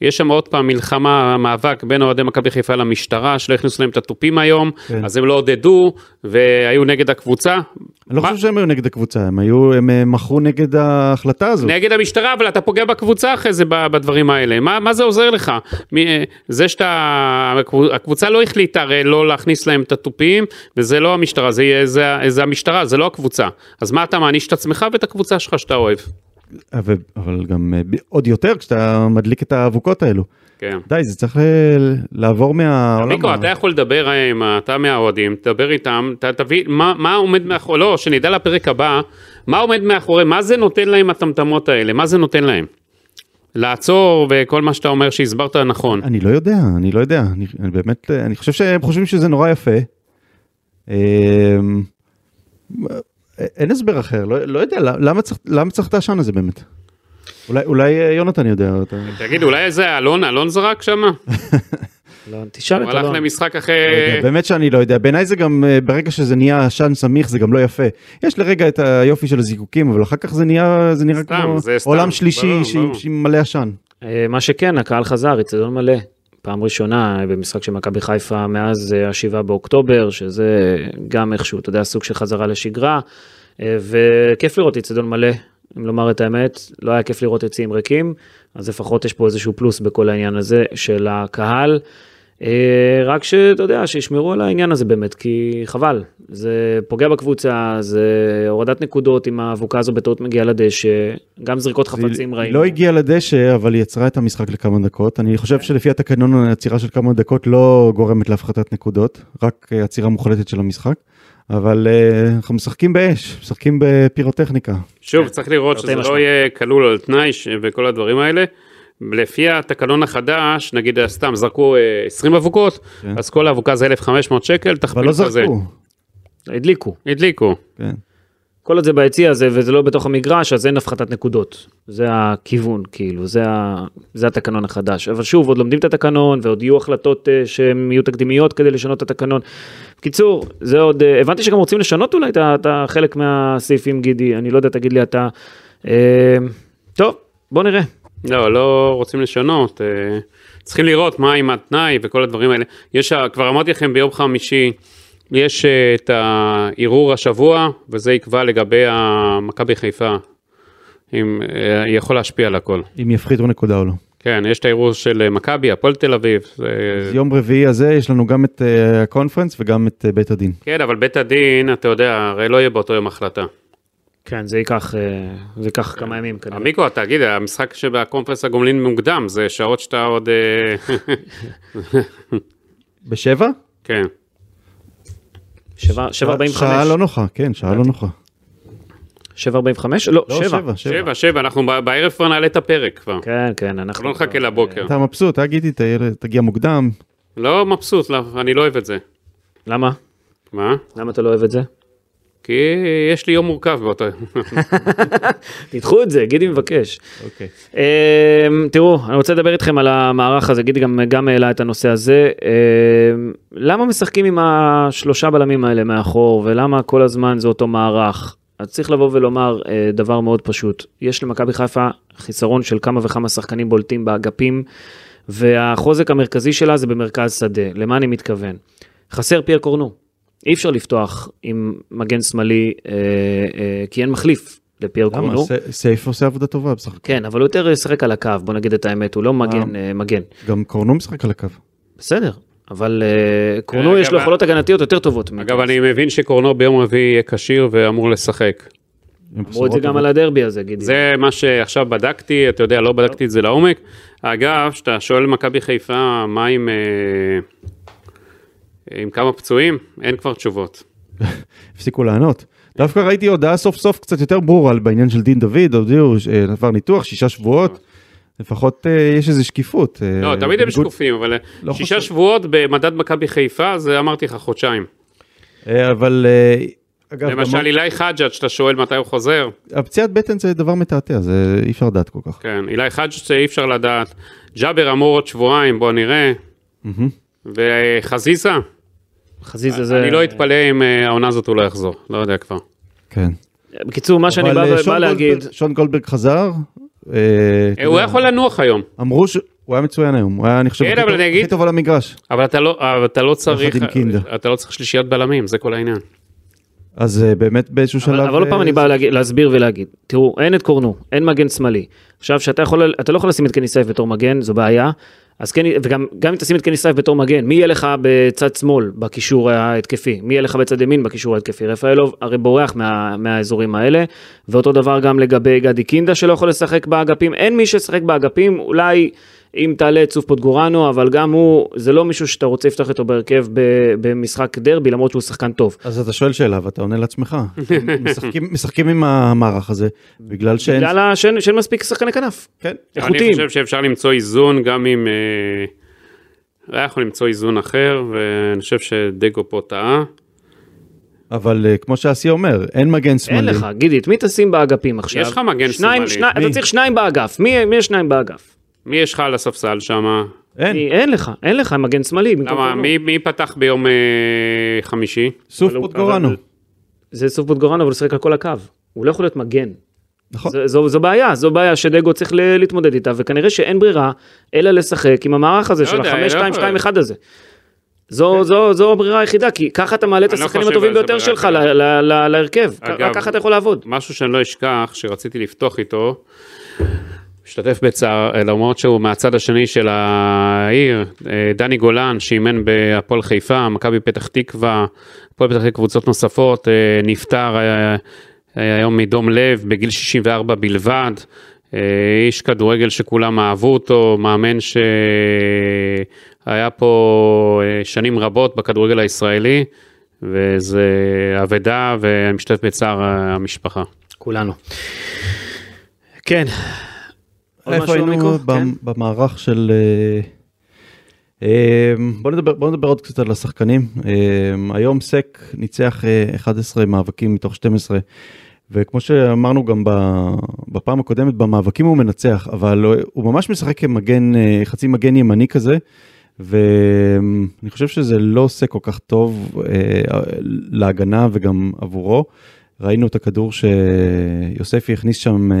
[SPEAKER 4] יש שם עוד פעם מלחמה, מאבק בין אוהדי מכבי חיפה למשטרה, שלא הכניסו להם את התופים היום,
[SPEAKER 3] כן.
[SPEAKER 4] אז הם לא עודדו, והיו נגד הקבוצה.
[SPEAKER 3] אני לא
[SPEAKER 4] מה-
[SPEAKER 3] חושב שהם היו נגד הקבוצה, הם היו, הם אה, מחו נגד ההחלטה הזו.
[SPEAKER 4] נגד המשטרה, אבל אתה פוגע בקבוצה אחרי זה ב- בדברים האלה. מה, מה זה עוזר לך? מי, אה, זה שאתה... הקבוצ- הקבוצה לא החליטה הרי לא להכניס להם את התופים, וזה לא המשטרה, זה, יהיה- זה, זה המשטרה, זה לא הקבוצה. אז מה אתה מעניש את עצמך ואת הקבוצה שלך שאתה אוהב?
[SPEAKER 3] אבל, אבל גם אה, ב- עוד יותר כשאתה מדליק את האבוקות האלו.
[SPEAKER 4] כן.
[SPEAKER 3] די, זה צריך ל- לעבור מהעולם.
[SPEAKER 4] מיקו,
[SPEAKER 3] ה-
[SPEAKER 4] אתה יכול לדבר אה, עם, ה- אתה מהאוהדים, תדבר איתם, ת, תביא, מה, מה עומד מאחורי, לא, שנדע לפרק הבא, מה עומד מאחורי, מה זה נותן להם הטמטמות האלה, מה זה נותן להם? לעצור וכל מה שאתה אומר שהסברת נכון.
[SPEAKER 3] אני לא יודע, אני לא יודע, אני, אני באמת, אה, אני חושב שהם חושבים שזה נורא יפה. אמ, אה, אין הסבר אחר, לא, לא יודע, למה- למה צריך, למה צריך את העשן הזה באמת? אולי, אולי אה, יונתן יודע, אתה...
[SPEAKER 4] תגיד, אולי איזה אלון, אלון זרק שם? הוא
[SPEAKER 2] לא, תשאל את
[SPEAKER 4] הלך
[SPEAKER 2] אלון.
[SPEAKER 4] למשחק אחרי...
[SPEAKER 3] לא יודע, באמת שאני לא יודע, בעיניי זה גם, אה, ברגע שזה נהיה עשן סמיך זה גם לא יפה. יש לרגע את היופי של הזיקוקים, אבל אחר כך זה נהיה, זה נראה
[SPEAKER 4] סתם,
[SPEAKER 3] כמו
[SPEAKER 4] זה סתם,
[SPEAKER 3] עולם שלישי
[SPEAKER 4] ברור,
[SPEAKER 3] ש-
[SPEAKER 4] ברור.
[SPEAKER 3] שמלא עשן.
[SPEAKER 2] אה, מה שכן, הקהל חזר, אצטדיון מלא. פעם ראשונה אה, במשחק של מכבי חיפה מאז אה, השבעה באוקטובר, שזה גם איכשהו, אתה יודע, סוג של חזרה לשגרה, אה, וכיף לראות אצטדיון מלא, אם לומר את האמת, לא היה כיף לראות יציאים ריקים, אז לפחות יש פה איזשהו פלוס בכל העניין הזה של הקהל. אה, רק שאתה יודע, שישמרו על העניין הזה באמת, כי חבל, זה פוגע בקבוצה, זה הורדת נקודות אם האבוקה הזו בטעות מגיעה לדשא, גם זריקות חפצים
[SPEAKER 3] היא-
[SPEAKER 2] ראינו.
[SPEAKER 3] היא לא הגיעה לדשא, אבל היא יצרה את המשחק לכמה דקות. אני חושב
[SPEAKER 4] כן.
[SPEAKER 3] שלפי התקנון, עצירה של כמה דקות לא גורמת להפחתת נקודות, רק אה, עצירה מוחלטת של המשחק. אבל אה, אנחנו משחקים באש, משחקים בפירוטכניקה.
[SPEAKER 4] שוב, צריך לראות
[SPEAKER 2] תרתי
[SPEAKER 4] שזה
[SPEAKER 2] משמע.
[SPEAKER 4] לא יהיה כלול על תנאי ש- וכל הדברים האלה. לפי התקנון החדש, נגיד אה, סתם זרקו אה, 20 אבוקות,
[SPEAKER 3] כן.
[SPEAKER 4] אז כל האבוקה זה 1,500 שקל,
[SPEAKER 3] אבל
[SPEAKER 4] תכפיל
[SPEAKER 3] לא
[SPEAKER 4] את זה.
[SPEAKER 3] זרקו.
[SPEAKER 2] הדליקו.
[SPEAKER 4] הדליקו.
[SPEAKER 3] כן.
[SPEAKER 2] כל עוד זה ביציע הזה וזה לא בתוך המגרש, אז אין הפחתת נקודות. זה הכיוון, כאילו, זה, ה... זה התקנון החדש. אבל שוב, עוד לומדים את התקנון, ועוד יהיו החלטות uh, שהן יהיו תקדימיות כדי לשנות את התקנון. בקיצור, זה עוד... Uh, הבנתי שגם רוצים לשנות אולי את ה- את ה- חלק מהסעיפים, גידי, אני לא יודע, תגיד לי אתה. Uh, טוב, בוא נראה.
[SPEAKER 4] לא, לא רוצים לשנות, אה, צריכים לראות מה עם התנאי וכל הדברים האלה. יש, ה- כבר אמרתי לכם ביום חמישי, יש אה, את הערעור השבוע, וזה יקבע לגבי ה- מכבי חיפה, אם אה, יכול להשפיע על הכל.
[SPEAKER 3] אם יפחיתו נקודה או לא.
[SPEAKER 4] כן, יש את הערעור של אה, מכבי, הפועל תל אביב. זה-
[SPEAKER 3] אז יום רביעי הזה יש לנו גם את אה, הקונפרנס וגם את אה, בית הדין.
[SPEAKER 4] כן, אבל בית הדין, אתה יודע, הרי לא יהיה באותו יום החלטה.
[SPEAKER 2] כן, זה ייקח, uh, זה ייקח כמה ימים כנראה.
[SPEAKER 4] עמיקו, תגיד, המשחק שבקונפרנס הגומלין מוקדם, זה שעות שאתה עוד... אה,
[SPEAKER 3] בשבע?
[SPEAKER 4] כן.
[SPEAKER 2] שבע- 7.45?
[SPEAKER 3] שעה לא נוחה, כן, שעה לא נוחה.
[SPEAKER 2] 7.45? לא,
[SPEAKER 3] לא,
[SPEAKER 2] 7.
[SPEAKER 3] שבע, שבע.
[SPEAKER 4] שבע, שבע, אנחנו ב- בערב כבר נעלה את הפרק כבר.
[SPEAKER 2] כן, כן, אנחנו...
[SPEAKER 4] אנחנו לא נחכה לבוקר.
[SPEAKER 3] אתה מבסוט, אה גידי, ת- תגיע מוקדם.
[SPEAKER 4] לא מבסוט, לא, אני לא אוהב את זה.
[SPEAKER 2] למה?
[SPEAKER 4] מה?
[SPEAKER 2] למה אתה לא אוהב את זה?
[SPEAKER 4] כי יש לי יום מורכב באותו...
[SPEAKER 2] תדחו את זה, גידי מבקש.
[SPEAKER 3] אוקיי.
[SPEAKER 2] אמ, תראו, אני רוצה לדבר איתכם על המערך הזה, גידי גם, גם העלה את הנושא הזה. אמ, למה משחקים עם השלושה בלמים האלה מאחור, ולמה כל הזמן זה אותו מערך? אז צריך לבוא ולומר אה, דבר מאוד פשוט. יש למכבי חיפה חיסרון של כמה וכמה שחקנים בולטים באגפים, והחוזק המרכזי שלה זה במרכז שדה. למה אני מתכוון? חסר פייר קורנו. אי אפשר לפתוח עם מגן שמאלי, אה, אה, כי אין מחליף לפייר
[SPEAKER 3] למה?
[SPEAKER 2] קורנו.
[SPEAKER 3] ס- סייף עושה עבודה טובה בסך הכל.
[SPEAKER 2] כן, אבל הוא יותר ישחק על הקו, בוא נגיד את האמת, הוא לא מגן, אה, מגן.
[SPEAKER 3] גם קורנו משחק על הקו.
[SPEAKER 2] בסדר, אבל אה, קורנו יש
[SPEAKER 4] כן, אגב,
[SPEAKER 2] לו יכולות הגנתיות יותר טובות.
[SPEAKER 4] אגב, אני מבין שקורנו ביום רביעי יהיה כשיר ואמור לשחק.
[SPEAKER 2] אמרו את זה גם על הדרבי הזה, גידי.
[SPEAKER 4] זה מה שעכשיו בדקתי, אתה יודע, לא בדקתי את זה לעומק. אגב, כשאתה שואל מכבי חיפה, מה עם... אה, עם כמה פצועים? אין כבר תשובות.
[SPEAKER 3] הפסיקו לענות. דווקא ראיתי הודעה סוף סוף קצת יותר ברורה על- בעניין של דין דוד, הודיעו אה, עבר ניתוח, שישה שבועות, לפחות אה, יש איזו שקיפות. אה,
[SPEAKER 4] לא, תמיד הם
[SPEAKER 3] בניגוד-
[SPEAKER 4] שקופים, אבל
[SPEAKER 3] לא
[SPEAKER 4] שישה
[SPEAKER 3] חושב.
[SPEAKER 4] שבועות במדד מכבי חיפה, זה אמרתי לך חודשיים.
[SPEAKER 3] אה, אבל אה, אגב, גם
[SPEAKER 4] למשל, אילי חג'ג', שאתה שואל מתי הוא חוזר,
[SPEAKER 3] הפציעת בטן זה דבר מתעתע, זה אי אפשר לדעת כל כך.
[SPEAKER 4] כן, אילי חג'ג' זה אי אפשר לדעת. ג'אבר אמור עוד שבועיים, בוא נראה. וחזיזה,
[SPEAKER 2] חזיזה זה...
[SPEAKER 4] אני לא אתפלא אם אה, העונה הזאת הוא לא יחזור, לא יודע כבר.
[SPEAKER 3] כן.
[SPEAKER 2] בקיצור, מה שאני
[SPEAKER 3] אבל,
[SPEAKER 2] בא-
[SPEAKER 3] אה, שון
[SPEAKER 2] בא להגיד,
[SPEAKER 3] גולדברג- שון גולדברג חזר. אה, אתה
[SPEAKER 4] אה, הוא
[SPEAKER 3] יודע,
[SPEAKER 4] יכול לנוח היום,
[SPEAKER 3] אמרו שהוא היה מצוין היום, הוא היה אני חושב
[SPEAKER 4] כן,
[SPEAKER 3] הכי
[SPEAKER 4] אבל
[SPEAKER 3] טוב-
[SPEAKER 4] אני אגיד-
[SPEAKER 3] הכי טוב על המגרש.
[SPEAKER 4] אבל אתה לא, אבל אתה לא צריך,
[SPEAKER 3] עם קינדה.
[SPEAKER 4] אתה לא צריך שלישיית בלמים, זה כל העניין.
[SPEAKER 3] אז אה, באמת באיזשהו
[SPEAKER 2] אבל-
[SPEAKER 3] שלב...
[SPEAKER 2] אבל עוד
[SPEAKER 3] אה,
[SPEAKER 2] פעם אני בא להגיד- להסביר ולהגיד, תראו, אין את קורנו, אין מגן שמאלי. עכשיו, שאתה יכול, אתה לא יכול לשים את קניסייף בתור מגן, זו בעיה. אז כן, וגם גם אם תשים את קניסייף בתור מגן, מי יהיה לך בצד שמאל בקישור ההתקפי? מי יהיה לך בצד ימין בקישור ההתקפי? רפאלוב הרי בורח מה, מהאזורים האלה, ואותו דבר גם לגבי גדי קינדה שלא יכול לשחק באגפים, אין מי שישחק באגפים, אולי אם תעלה את צוף פוטגורנו, אבל גם הוא, זה לא מישהו שאתה רוצה לפתוח איתו בהרכב ב- במשחק דרבי, למרות שהוא שחקן טוב.
[SPEAKER 3] אז אתה שואל שאלה ואתה עונה לעצמך. משחקים- משחקים עם המערך הזה, בגלל שאין...
[SPEAKER 2] בגלל ה- שאין שאין מספיק שחקני כנף.
[SPEAKER 3] כן.
[SPEAKER 2] איכותיים.
[SPEAKER 4] אני חושב שאפשר למצוא איזון גם אם... אה, היה יכול למצוא איזון אחר, ואני חושב שדגו פה טעה.
[SPEAKER 3] אבל אה, כמו שאסי אומר, אין מגן שמאלי.
[SPEAKER 2] אין לך, גידי, את מי תשים באגפים עכשיו?
[SPEAKER 4] יש לך מגן
[SPEAKER 2] שניים,
[SPEAKER 4] שמאלי.
[SPEAKER 2] שני- אתה
[SPEAKER 3] מי?
[SPEAKER 2] צריך שניים באגף, מי מי יש שניים באגף?
[SPEAKER 4] מי יש לך על הספסל שם?
[SPEAKER 3] אין.
[SPEAKER 2] מי- אין לך, אין לך מגן שמאלי. במקום
[SPEAKER 4] למה,
[SPEAKER 2] קורנו.
[SPEAKER 4] מי, מי פתח ביום אה, חמישי?
[SPEAKER 3] סוף
[SPEAKER 2] אבל הוא-
[SPEAKER 3] פוטגורנו.
[SPEAKER 2] אבל- זה סוף בוטגורנו, אבל הוא שיחק על כל הקו. הוא לא יכול להיות מגן.
[SPEAKER 3] נכון.
[SPEAKER 2] זה- זו זו בעיה, זו בעיה שדגו צריך ל- להתמודד איתה, וכנראה שאין ברירה אלא לשחק עם המערך הזה
[SPEAKER 4] לא
[SPEAKER 2] של
[SPEAKER 4] יודע,
[SPEAKER 2] החמש,
[SPEAKER 4] לא
[SPEAKER 2] שתיים,
[SPEAKER 4] יכול.
[SPEAKER 2] שתיים, אחד הזה. זו, זו, זו הברירה היחידה, כי ככה אתה מעלה את
[SPEAKER 4] אני לא
[SPEAKER 2] השחקנים
[SPEAKER 4] חושב
[SPEAKER 2] הטובים
[SPEAKER 4] על זה
[SPEAKER 2] ביותר
[SPEAKER 4] ברירה
[SPEAKER 2] שלך
[SPEAKER 4] אחרת.
[SPEAKER 2] ל- ל- ל- להרכב,
[SPEAKER 4] אגב-
[SPEAKER 2] רק ככה אתה יכול לעבוד.
[SPEAKER 4] משהו שאני לא אשכח, שרציתי לפתוח איתו, משתתף בצער, אה, למרות שהוא מהצד השני של העיר, אה, דני גולן, שאימן בהפועל חיפה, מכבי פתח תקווה, הפועל פתח תקווה קבוצות נוספות, אה, נפטר אה, אה, היום מדום לב, בגיל 64 בלבד. אה, איש כדורגל שכולם אהבו אותו, מאמן שהיה פה אה, שנים רבות בכדורגל הישראלי, וזה אבדה, ואני משתתף בצער אה, המשפחה.
[SPEAKER 2] כולנו. כן. עוד
[SPEAKER 3] איפה
[SPEAKER 2] משהו,
[SPEAKER 3] היינו
[SPEAKER 2] מיקו? כן.
[SPEAKER 3] במ- במערך של... אה, אה, בוא נדבר, בוא נדבר עוד קצת על השחקנים. אה, היום סק ניצח אה, 11 מאבקים מתוך 12, וכמו שאמרנו גם ב- בפעם הקודמת, במאבקים הוא מנצח, אבל הוא- הוא ממש משחק כמגן, אה, חצי מגן ימני כזה, ואני חושב שזה לא עושה כל כך טוב אה, להגנה וגם עבורו. ראינו את הכדור שיוספי הכניס שם אה,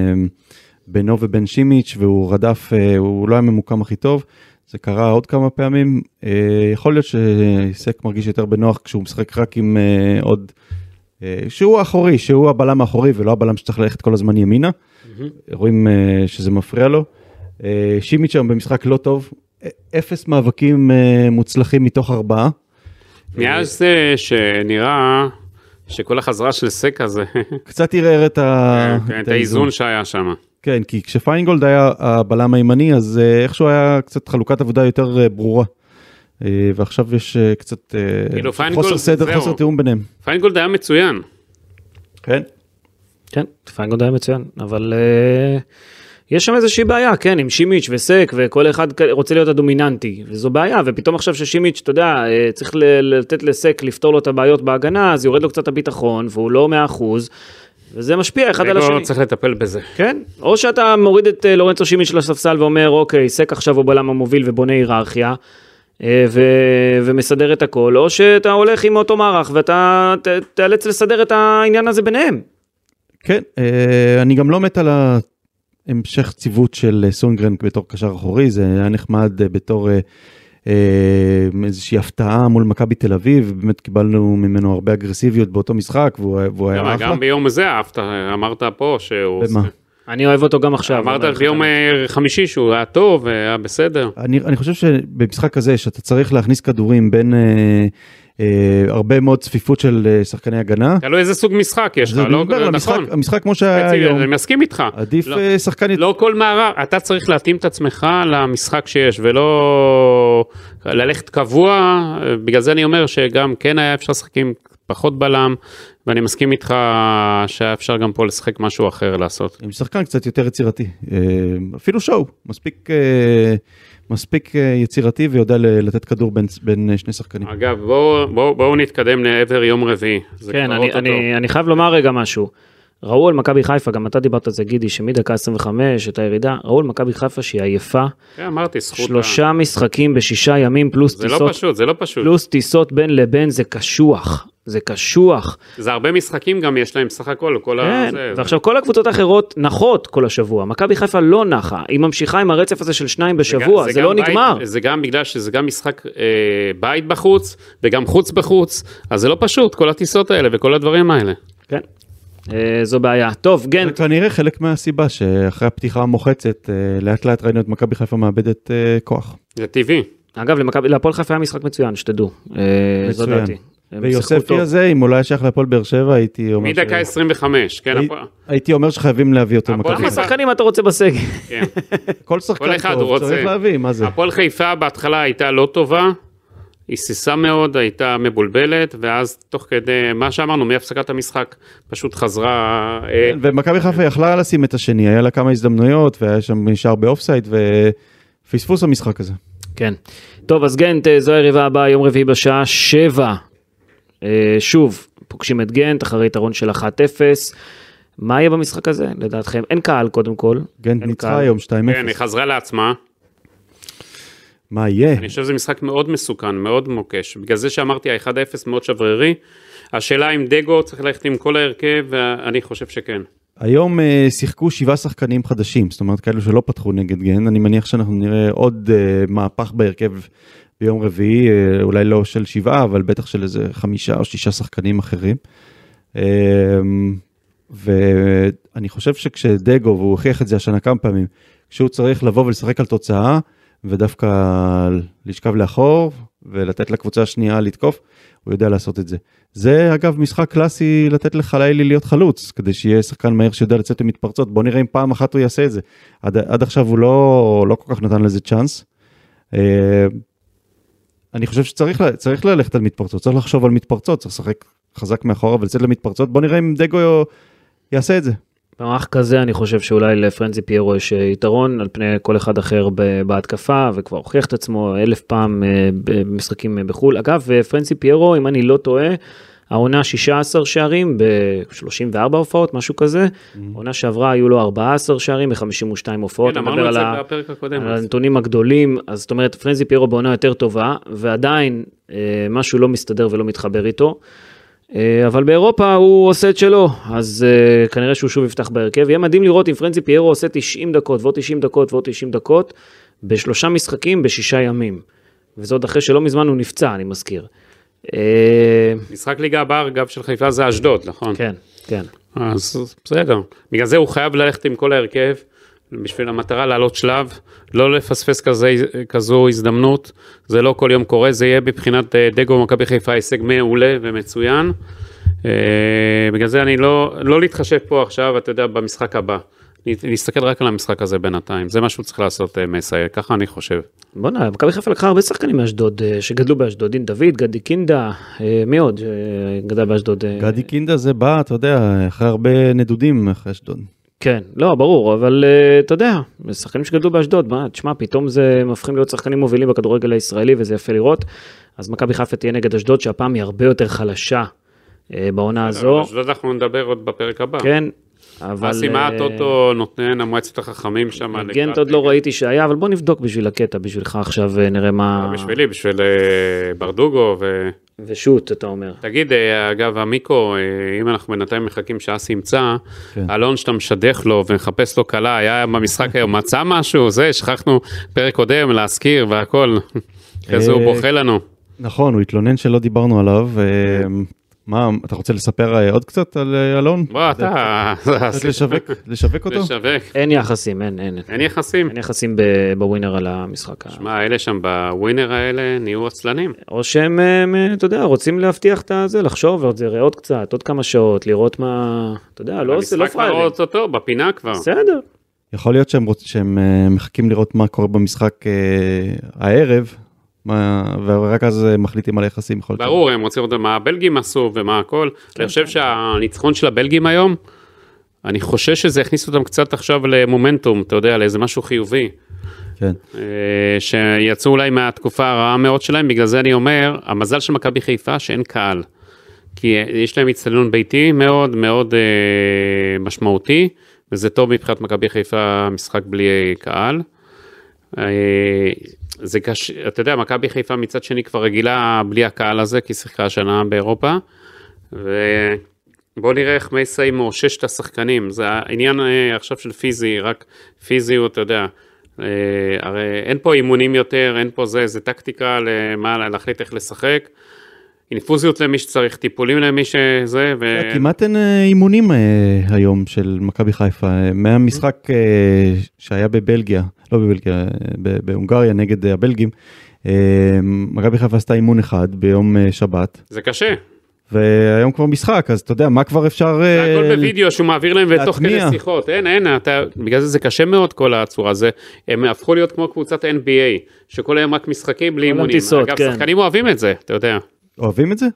[SPEAKER 3] בינו ובין שימיץ' והוא רדף, אה, הוא לא היה ממוקם הכי טוב. זה קרה עוד כמה פעמים. אה, יכול להיות שסק מרגיש יותר בנוח כשהוא משחק רק עם אה, עוד... אה, שהוא האחורי, שהוא הבלם האחורי ולא הבלם שצריך ללכת כל הזמן ימינה. רואים אה, שזה מפריע לו. אה, שימיץ' היום במשחק לא טוב, א- אפס מאבקים אה, מוצלחים מתוך ארבעה.
[SPEAKER 4] מאז זה שנראה שכל החזרה של סק הזה,
[SPEAKER 3] קצת ערער את, ה...
[SPEAKER 4] כן, את האיזון שהיה שם.
[SPEAKER 3] כן, כי כשפיינגולד היה הבלם הימני, אז אה, איכשהו היה קצת חלוקת עבודה יותר אה, ברורה. אה, ועכשיו יש אה, קצת אה,
[SPEAKER 4] כאילו,
[SPEAKER 3] חוסר
[SPEAKER 4] פיינגולד,
[SPEAKER 3] סדר,
[SPEAKER 4] זהו.
[SPEAKER 3] חוסר תיאום ביניהם.
[SPEAKER 4] פיינגולד היה מצוין.
[SPEAKER 3] כן.
[SPEAKER 2] כן, פיינגולד היה מצוין, אבל אה, יש שם איזושהי בעיה, כן, עם שימיץ' וסק, וכל אחד כ- רוצה להיות הדומיננטי, וזו בעיה, ופתאום עכשיו ששימיץ', אתה יודע, אה, צריך ל- לתת לסק לפתור לו את הבעיות בהגנה, אז יורד לו קצת הביטחון, והוא לא 100%, וזה משפיע אחד על
[SPEAKER 4] רגע
[SPEAKER 2] השני.
[SPEAKER 4] לא צריך לטפל בזה.
[SPEAKER 2] כן, או שאתה מוריד את אה, לורנצו שימיץ' של הספסל ואומר, אוקיי, סק עכשיו הוא בלם המוביל ובונה היררכיה, אה, ו... ומסדר את הכל, או שאתה הולך עם אותו מערך ואתה ת... תיאלץ לסדר את העניין הזה ביניהם.
[SPEAKER 3] כן, אה, אני גם לא מת על ההמשך ציוות של אה, סונגרן בתור קשר אחורי, זה היה נחמד אה, בתור אה, אה, איזושהי הפתעה מול מכבי תל אביב, באמת קיבלנו ממנו הרבה אגרסיביות באותו משחק, והוא, והוא היה
[SPEAKER 4] למה,
[SPEAKER 3] אחלה.
[SPEAKER 4] גם ביום הזה אהבת, אמרת פה שהוא...
[SPEAKER 3] במה?
[SPEAKER 2] אני אוהב אותו גם עכשיו.
[SPEAKER 4] אמרת
[SPEAKER 2] אומר לך,
[SPEAKER 4] ביום אה, חמישי שהוא היה טוב, היה בסדר.
[SPEAKER 3] אני, אני חושב שבמשחק הזה שאתה צריך להכניס כדורים בין אה, אה, הרבה מאוד צפיפות של אה, שחקני הגנה.
[SPEAKER 4] תלוי איזה סוג משחק יש לך,
[SPEAKER 3] אז אני
[SPEAKER 4] לא?
[SPEAKER 3] מדבר על המשחק,
[SPEAKER 4] נכון.
[SPEAKER 3] המשחק כמו שהיה
[SPEAKER 4] חצי,
[SPEAKER 3] אה, היום,
[SPEAKER 4] אני מסכים איתך.
[SPEAKER 3] עדיף
[SPEAKER 4] לא.
[SPEAKER 3] אה, שחקן... ית-
[SPEAKER 4] לא כל מערב, אתה צריך להתאים את עצמך למשחק שיש, ולא ללכת קבוע, בגלל זה אני אומר שגם כן היה אפשר לשחק עם פחות בלם, ואני מסכים איתך שהיה אפשר גם פה לשחק משהו אחר לעשות.
[SPEAKER 3] עם שחקן קצת יותר יצירתי, אה, אפילו שואו, מספיק, אה, מספיק אה, יצירתי ויודע ל- לתת כדור בין, בין אה, שני שחקנים.
[SPEAKER 4] אגב, בואו בוא, בוא נתקדם לעבר יום רביעי. זה
[SPEAKER 2] כן,
[SPEAKER 4] כבר
[SPEAKER 2] אני,
[SPEAKER 4] אוטוטו.
[SPEAKER 2] אני, אני חייב לומר רגע משהו. ראו על מכבי חיפה, גם אתה דיברת על זה גידי, שמדקה 25, את הירידה, ראו על מכבי חיפה שהיא עייפה,
[SPEAKER 4] כן, אמרתי, זכות... ה-
[SPEAKER 2] שלושה משחקים בשישה ימים פלוס
[SPEAKER 4] זה לא
[SPEAKER 2] טיסות,
[SPEAKER 4] פשוט, זה לא פשוט.
[SPEAKER 2] פלוס טיסות בין לבין, זה קשוח, זה קשוח.
[SPEAKER 4] זה הרבה משחקים גם יש להם סך הכל, כל ה...
[SPEAKER 2] כן,
[SPEAKER 4] לא, זה-
[SPEAKER 2] ועכשיו כל הקבוצות האחרות נחות כל השבוע, מכבי חיפה לא נחה, היא ממשיכה עם הרצף הזה של שניים בשבוע, זה,
[SPEAKER 4] גם
[SPEAKER 2] לא
[SPEAKER 4] בית-
[SPEAKER 2] נגמר.
[SPEAKER 4] זה גם בגלל שזה גם משחק אה, בית בחוץ, וגם חוץ בחוץ, אז זה לא פשוט, כל הטיסות האלה וכל הדברים האלה.
[SPEAKER 2] כן. אה, זו בעיה. טוב,
[SPEAKER 4] כן.
[SPEAKER 2] גן,
[SPEAKER 3] זה כנראה חלק מהסיבה שאחרי הפתיחה המוחצת, אה, לאט לאט ראינו את מכבי חיפה מאבדת אה, כוח.
[SPEAKER 4] זה טבעי.
[SPEAKER 2] אגב, למכבי- להפועל חיפה היה משחק מצוין, שתדעו, אה, זו
[SPEAKER 3] מצוין.
[SPEAKER 2] דעתי. הם שיחקו
[SPEAKER 3] ויוספי
[SPEAKER 2] טוב.
[SPEAKER 3] הזה, אם אולי שייך להפועל באר שבע, הייתי אומר,
[SPEAKER 4] מדקה 25, כן,
[SPEAKER 3] הי-
[SPEAKER 4] הפועל-
[SPEAKER 3] הייתי אומר שחייבים להביא אותו
[SPEAKER 4] הפועל
[SPEAKER 3] למכבי
[SPEAKER 2] כמה
[SPEAKER 4] חיפה.
[SPEAKER 3] חיפה.
[SPEAKER 2] שחקנים אתה רוצה בסגל?
[SPEAKER 4] כן.
[SPEAKER 3] כל
[SPEAKER 4] כל
[SPEAKER 3] שחקן
[SPEAKER 4] אחד
[SPEAKER 3] טוב
[SPEAKER 4] רוצה.
[SPEAKER 3] צריך להביא, מה זה?
[SPEAKER 4] הפועל חיפה בהתחלה הייתה לא טובה, היא היססה מאוד, הייתה מבולבלת, ואז תוך כדי, מה שאמרנו, מהפסקת המשחק, פשוט חזרה... אה,
[SPEAKER 3] כן, ומכבי חיפה יכלה לשים את השני, היה לה כמה הזדמנויות, והיה שם נשאר באופסייד, ופספוס המשחק הזה.
[SPEAKER 2] כן. טוב, אז גנט, אה, זו היריבה הבאה, יום רביעי בשעה שבע. אה, שוב, פוגשים את גנט אחרי יתרון של 1-0. מה יהיה במשחק הזה, לדעתכם? אין קהל קודם כל.
[SPEAKER 3] גנט
[SPEAKER 2] אין
[SPEAKER 3] ניצחה
[SPEAKER 2] קהל.
[SPEAKER 3] היום
[SPEAKER 4] כן,
[SPEAKER 3] 2-0.
[SPEAKER 4] היא חזרה לעצמה.
[SPEAKER 3] מה יהיה?
[SPEAKER 4] אני חושב שזה משחק מאוד מסוכן, מאוד מוקש. בגלל זה שאמרתי, ה-1-0 מאוד שברירי. השאלה אם דגו צריך ללכת עם כל ההרכב, ואני חושב שכן.
[SPEAKER 3] היום אה, שיחקו שבעה שחקנים חדשים, זאת אומרת כאלו שלא פתחו נגד גן, אני מניח שאנחנו נראה עוד אה, מהפך בהרכב ביום רביעי, אה, אולי לא של שבעה, אבל בטח של איזה חמישה או שישה שחקנים אחרים. אה, ואני חושב שכשדגו, והוא הוכיח את זה השנה כמה פעמים, כשהוא צריך לבוא ולשחק על תוצאה, ודווקא לשכב לאחור ולתת לקבוצה השנייה לתקוף, הוא יודע לעשות את זה. זה אגב משחק קלאסי לתת לחלילי להיות חלוץ, כדי שיהיה שחקן מהיר שיודע לצאת למתפרצות, בוא נראה אם פעם אחת הוא יעשה את זה. עד, עד עכשיו הוא לא, לא כל כך נתן לזה צ'אנס. אה, אני חושב שצריך ל- צריך ללכת על מתפרצות, צריך לחשוב על מתפרצות, צריך לשחק חזק מאחורה ולצאת למתפרצות, בוא נראה אם דגו יעשה את זה.
[SPEAKER 2] במערך כזה אני חושב שאולי לפרנזי פיירו יש אה, יתרון על פני כל אחד אחר ב- בהתקפה וכבר הוכיח את עצמו אלף פעם אה, במשחקים אה, בחו"ל. אגב, אה, פרנזי פיירו, אם אני לא טועה, העונה 16 שערים ב-34 הופעות, משהו כזה. העונה שעברה היו לו 14 שערים ב-52 הופעות.
[SPEAKER 4] Mm-hmm. כן,
[SPEAKER 2] אני מדבר
[SPEAKER 4] אמרנו את זה
[SPEAKER 2] על ה-
[SPEAKER 4] בפרק הקודם.
[SPEAKER 2] על הנתונים הגדולים, אז זאת אומרת, פרנזי פיירו בעונה יותר טובה, ועדיין אה, משהו לא מסתדר ולא מתחבר איתו. אה, אבל באירופה הוא עושה את שלו, אז אה, כנראה שהוא שוב יפתח בהרכב. יהיה מדהים לראות אם פרנזי פיירו עושה 90 דקות ועוד 90 דקות ועוד 90 דקות בשלושה משחקים בשישה ימים. וזה עוד אחרי שלא מזמן הוא נפצע, אני מזכיר. אה,
[SPEAKER 4] משחק ליגה הבא, אגב, של חיפה זה אשדוד, נכון?
[SPEAKER 2] כן, כן.
[SPEAKER 4] אז בסדר. בגלל זה הוא חייב ללכת עם כל ההרכב, בשביל המטרה לעלות שלב, לא לפספס כזה, כזו הזדמנות, זה לא כל יום קורה, זה יהיה מבחינת אה, דגו מכבי חיפה הישג מעולה ומצוין. אה, בגלל זה אני לא, לא להתחשב פה עכשיו, אתה יודע, במשחק הבא. נת- נסתכל רק על המשחק הזה בינתיים, זה מה שהוא צריך לעשות אה, מסייע, ככה אני חושב.
[SPEAKER 2] בואנה, מכבי חיפה לקחה הרבה שחקנים מאשדוד, אה, שגדלו באשדוד, דין דוד, גדי קינדה, אה, מי עוד אה, גדל באשדוד? אה,
[SPEAKER 3] גדי קינדה זה בא, אתה יודע, אחרי הרבה נדודים אחרי אשדוד.
[SPEAKER 2] כן, לא, ברור, אבל אה, אתה יודע, שחקנים שגדלו באשדוד, מה, תשמע, פתאום זה, הם הופכים להיות שחקנים מובילים בכדורגל הישראלי, וזה יפה לראות. אז מכבי חיפה תהיה נגד אשדוד, שהפעם היא הרבה יותר חלשה אה, בעונה הזו.
[SPEAKER 4] כן, אשדוד אנחנו נדבר עוד בפרק הבא.
[SPEAKER 2] כן, אבל...
[SPEAKER 4] אסי, מה
[SPEAKER 2] אה,
[SPEAKER 4] הטוטו נותן, המועצת החכמים שם? לקראת-
[SPEAKER 2] גנט עוד לא ראיתי שהיה, אבל בוא נבדוק בשביל הקטע, בשבילך עכשיו אה, נראה מה...
[SPEAKER 4] בשבילי, בשביל אה, ברדוגו, ותגיד,
[SPEAKER 2] ושות, אתה אומר.
[SPEAKER 4] אה, אגב, המיקרו, אה, אם אנחנו בינתיים מחכים שאסי ימצא,
[SPEAKER 3] כן.
[SPEAKER 4] אלון שאתה משדך לו ומחפש לו כלה, היה במשחק היום, מצא משהו, זה, שכחנו פרק קודם להזכיר והכל. אחרי זה הוא
[SPEAKER 3] אה,
[SPEAKER 4] בוכה לנו.
[SPEAKER 3] נכון, הוא התלונן שלא דיברנו עליו. אה, מה, אתה רוצה לספר אה, עוד קצת על אה, אלון?
[SPEAKER 4] בוא, אתה...
[SPEAKER 3] קצת לשווק, לשווק אותו?
[SPEAKER 4] לשווק.
[SPEAKER 2] אין יחסים, אין, אין.
[SPEAKER 4] אין יחסים.
[SPEAKER 2] אין יחסים ב- בווינר על המשחק. ה-
[SPEAKER 4] שמע, אלה שם בווינר האלה נהיו עצלנים.
[SPEAKER 2] או שהם, הם, אתה יודע, רוצים להבטיח את הזה, לחשוב על זה, ראה עוד קצת, עוד כמה שעות, לראות מה... אתה יודע, לא עושה, לא
[SPEAKER 4] המשחק אה. כבר
[SPEAKER 2] פריירים.
[SPEAKER 4] אוטוטו, בפינה כבר.
[SPEAKER 2] בסדר.
[SPEAKER 3] יכול להיות שהם, רוצ... שהם אה, מחכים לראות מה קורה במשחק אה, הערב, מה... ורק אז אה, מחליטים על היחסים. יכול להיות.
[SPEAKER 4] ברור, הם רוצים לראות מה הבלגים עשו ומה הכל. אני חושב שהניצחון של הבלגים היום, אני חושש שזה הכניס אותם קצת עכשיו למומנטום, אתה יודע, לאיזה משהו חיובי.
[SPEAKER 3] כן.
[SPEAKER 4] אה, שיצאו אולי מהתקופה הרעה מאוד שלהם, בגלל זה אני אומר, המזל של מכבי חיפה שאין קהל. כי אה, יש להם הצטדיון ביתי מאוד מאוד אה, משמעותי, וזה טוב מבחינת מכבי חיפה משחק בלי אה, קהל. אה, זה קשה, אתה יודע, מכבי חיפה מצד שני כבר רגילה בלי הקהל הזה, כי היא שיחקה השנה באירופה. ובוא נראה איך מייסי מאושש את השחקנים, זה העניין אה, עכשיו של פיזי, רק פיזיות, אתה יודע. אה, הרי אין פה אימונים יותר, אין פה זה, זה טקטיקה למה להחליט איך לשחק. אינפוזיות למי שצריך, טיפולים למי שזה, ו...
[SPEAKER 3] כמעט אין אה, אימונים אה, היום של מכבי חיפה, אה, מהמשחק אה, שהיה בבלגיה, לא בבלגיה, אה, ב- בהונגריה נגד אה, הבלגים, אה, מכבי חיפה עשתה אימון אחד ביום אה, שבת,
[SPEAKER 4] זה קשה.
[SPEAKER 3] והיום כבר משחק, אז אתה יודע, מה כבר אפשר...
[SPEAKER 4] זה
[SPEAKER 3] אה,
[SPEAKER 4] הכל בווידאו שהוא מעביר להם ותוך כדי
[SPEAKER 3] להטמיע.
[SPEAKER 4] שיחות, אין, אין, אתה, בגלל זה זה קשה מאוד כל הצורה, זה, הם הפכו להיות כמו קבוצת NBA, שכל היום רק משחקים בלי
[SPEAKER 2] כל היום
[SPEAKER 4] אימונים.
[SPEAKER 2] טיסות,
[SPEAKER 4] אגב,
[SPEAKER 2] כן.
[SPEAKER 4] שחקנים אוהבים את זה, אתה יודע.
[SPEAKER 3] אוהבים את זה?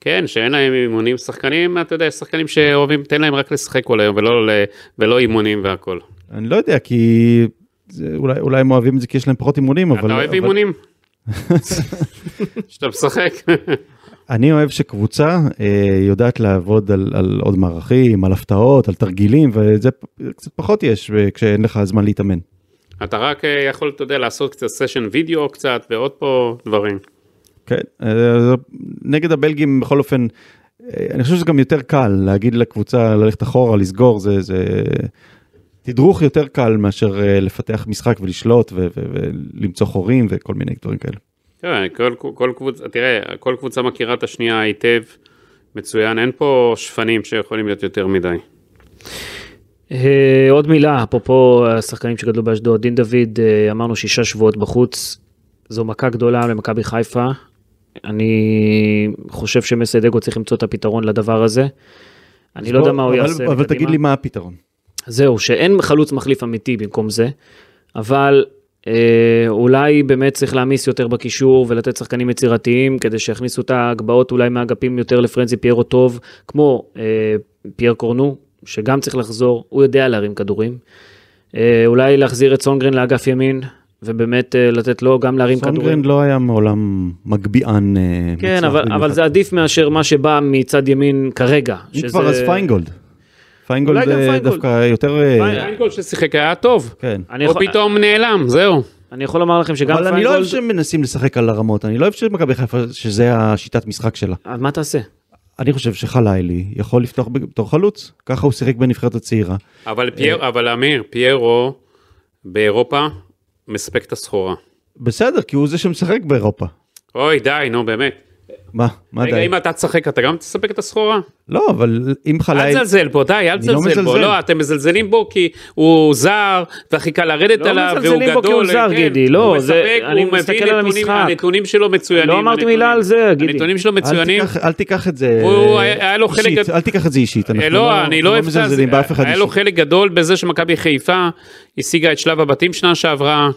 [SPEAKER 4] כן, שאין להם אימונים, שחקנים, אתה יודע, יש שחקנים שאוהבים, תן להם רק לשחק כל היום, ולא, ל- ולא אימונים והכל.
[SPEAKER 3] אני לא יודע, כי... זה, אולי, אולי הם אוהבים את זה כי יש להם פחות אימונים, אבל...
[SPEAKER 4] אתה אוהב
[SPEAKER 3] אבל-
[SPEAKER 4] אימונים? שאתה משחק.
[SPEAKER 3] אני אוהב שקבוצה אה, יודעת לעבוד על, על עוד מערכים, על הפתעות, על תרגילים, וזה פ- קצת פחות יש אה, כשאין לך זמן להתאמן.
[SPEAKER 4] אתה רק אה, יכול, אתה יודע, לעשות קצת סשן וידאו קצת, ועוד פה דברים.
[SPEAKER 3] כן, אה, זה- נגד הבלגים בכל אופן, אה, אני חושב שזה גם יותר קל להגיד לקבוצה ללכת אחורה, לסגור, זה, זה תדרוך יותר קל מאשר אה, לפתח משחק ולשלוט ו- ו- ולמצוא חורים וכל מיני דברים כאלה.
[SPEAKER 4] תראה, כל, כל קבוצה, תראה, כל קבוצה מכירה את השנייה היטב, מצוין, אין פה שפנים שיכולים להיות יותר מדי.
[SPEAKER 2] אה, עוד מילה, אפרופו השחקנים שגדלו באשדוד, דין דוד, אה, אמרנו שישה שבועות בחוץ, זו מכה גדולה למכבי חיפה. אני חושב שמסיידגו צריך למצוא את הפתרון לדבר הזה. אני לא יודע מה הוא
[SPEAKER 3] אבל-
[SPEAKER 2] יעשה.
[SPEAKER 3] אבל
[SPEAKER 2] מקדימה.
[SPEAKER 3] תגיד לי מה הפתרון.
[SPEAKER 2] זהו, שאין חלוץ מחליף אמיתי במקום זה, אבל אה, אולי באמת צריך להעמיס יותר בקישור ולתת שחקנים יצירתיים, כדי שיכניסו את ההגבהות אולי מהאגפים יותר לפרנזי פיירו טוב, כמו אה, פייר קורנו, שגם צריך לחזור, הוא יודע להרים כדורים. אה, אולי להחזיר את סונגרן לאגף ימין, ובאמת אה, לתת לו גם להרים כדורים.
[SPEAKER 3] סונגרן לא היה מעולם מגביען אה,
[SPEAKER 2] כן,
[SPEAKER 3] מוצלח
[SPEAKER 2] אבל,
[SPEAKER 3] במיוחד.
[SPEAKER 2] אבל זה עדיף מאשר מה שבא מצד ימין כרגע.
[SPEAKER 3] אם כבר אז פיינגולד.
[SPEAKER 2] אולי
[SPEAKER 3] פיינגולד
[SPEAKER 2] גם
[SPEAKER 3] אה,
[SPEAKER 2] פיינגולד.
[SPEAKER 3] דווקא יותר... אה,
[SPEAKER 2] פיינגולד.
[SPEAKER 4] פיינגולד ששיחק היה טוב,
[SPEAKER 3] כן.
[SPEAKER 2] אני
[SPEAKER 4] או
[SPEAKER 2] יכול,
[SPEAKER 4] פתאום נעלם, זהו.
[SPEAKER 2] אני יכול לומר לכם שגם
[SPEAKER 3] אבל
[SPEAKER 2] פיינגולד...
[SPEAKER 3] אני לא אוהב שהם מנסים לשחק על הרמות, אני לא אוהב שמכבי חיפה, שזה השיטת משחק שלה.
[SPEAKER 2] אז אה, מה תעשה?
[SPEAKER 3] אני חושב שחלילי יכול לפתוח בתור חלוץ, ככה הוא שיחק בנבחרת הצעירה.
[SPEAKER 4] אבל פייר, אבל אמיר, פיירו באירופה מספק את הסחורה.
[SPEAKER 3] בסדר, כי הוא זה שמשחק באירופה.
[SPEAKER 4] אוי, די, נו באמת.
[SPEAKER 3] מה? מה
[SPEAKER 4] רגע,
[SPEAKER 3] די?
[SPEAKER 4] אם אתה תשחק, אתה גם תספק את הסחורה?
[SPEAKER 3] לא, אבל אם
[SPEAKER 4] אל
[SPEAKER 3] חלילי...
[SPEAKER 4] תזלזל בו, די, אל
[SPEAKER 3] אני לא
[SPEAKER 4] תזלזל בו.
[SPEAKER 3] מזלזל.
[SPEAKER 4] לא, אתם מזלזלים בו כי הוא זר, והכי קל לרדת
[SPEAKER 2] לא
[SPEAKER 4] עליו, והוא גדול.
[SPEAKER 2] מזלזלים בו כי הוא זר,
[SPEAKER 4] כן.
[SPEAKER 2] גידי, לא,
[SPEAKER 4] הוא
[SPEAKER 2] זה-
[SPEAKER 4] מספק,
[SPEAKER 2] אני
[SPEAKER 4] הוא מביא
[SPEAKER 2] מסתכל על
[SPEAKER 4] נתונים-
[SPEAKER 2] המשחק.
[SPEAKER 4] הנתונים שלו מצוינים.
[SPEAKER 2] לא אמרתי
[SPEAKER 4] הנתונים-
[SPEAKER 2] מילה על זה, גידי.
[SPEAKER 4] הנתונים שלו מצוינים.
[SPEAKER 3] אל תיקח- אל תיקח את זה אה,
[SPEAKER 4] הוא- היה- היה לו חלק
[SPEAKER 3] אישית,
[SPEAKER 4] גד-
[SPEAKER 3] אל תיקח את זה אישית. אנחנו
[SPEAKER 4] אה, לא, אני לא אוהב את זה,
[SPEAKER 3] מזלזלים באף אחד
[SPEAKER 4] היה לו
[SPEAKER 3] אישית.
[SPEAKER 4] חלק גדול בזה שמכבי חיפה השיגה את שלב הבתים שנה שעברה,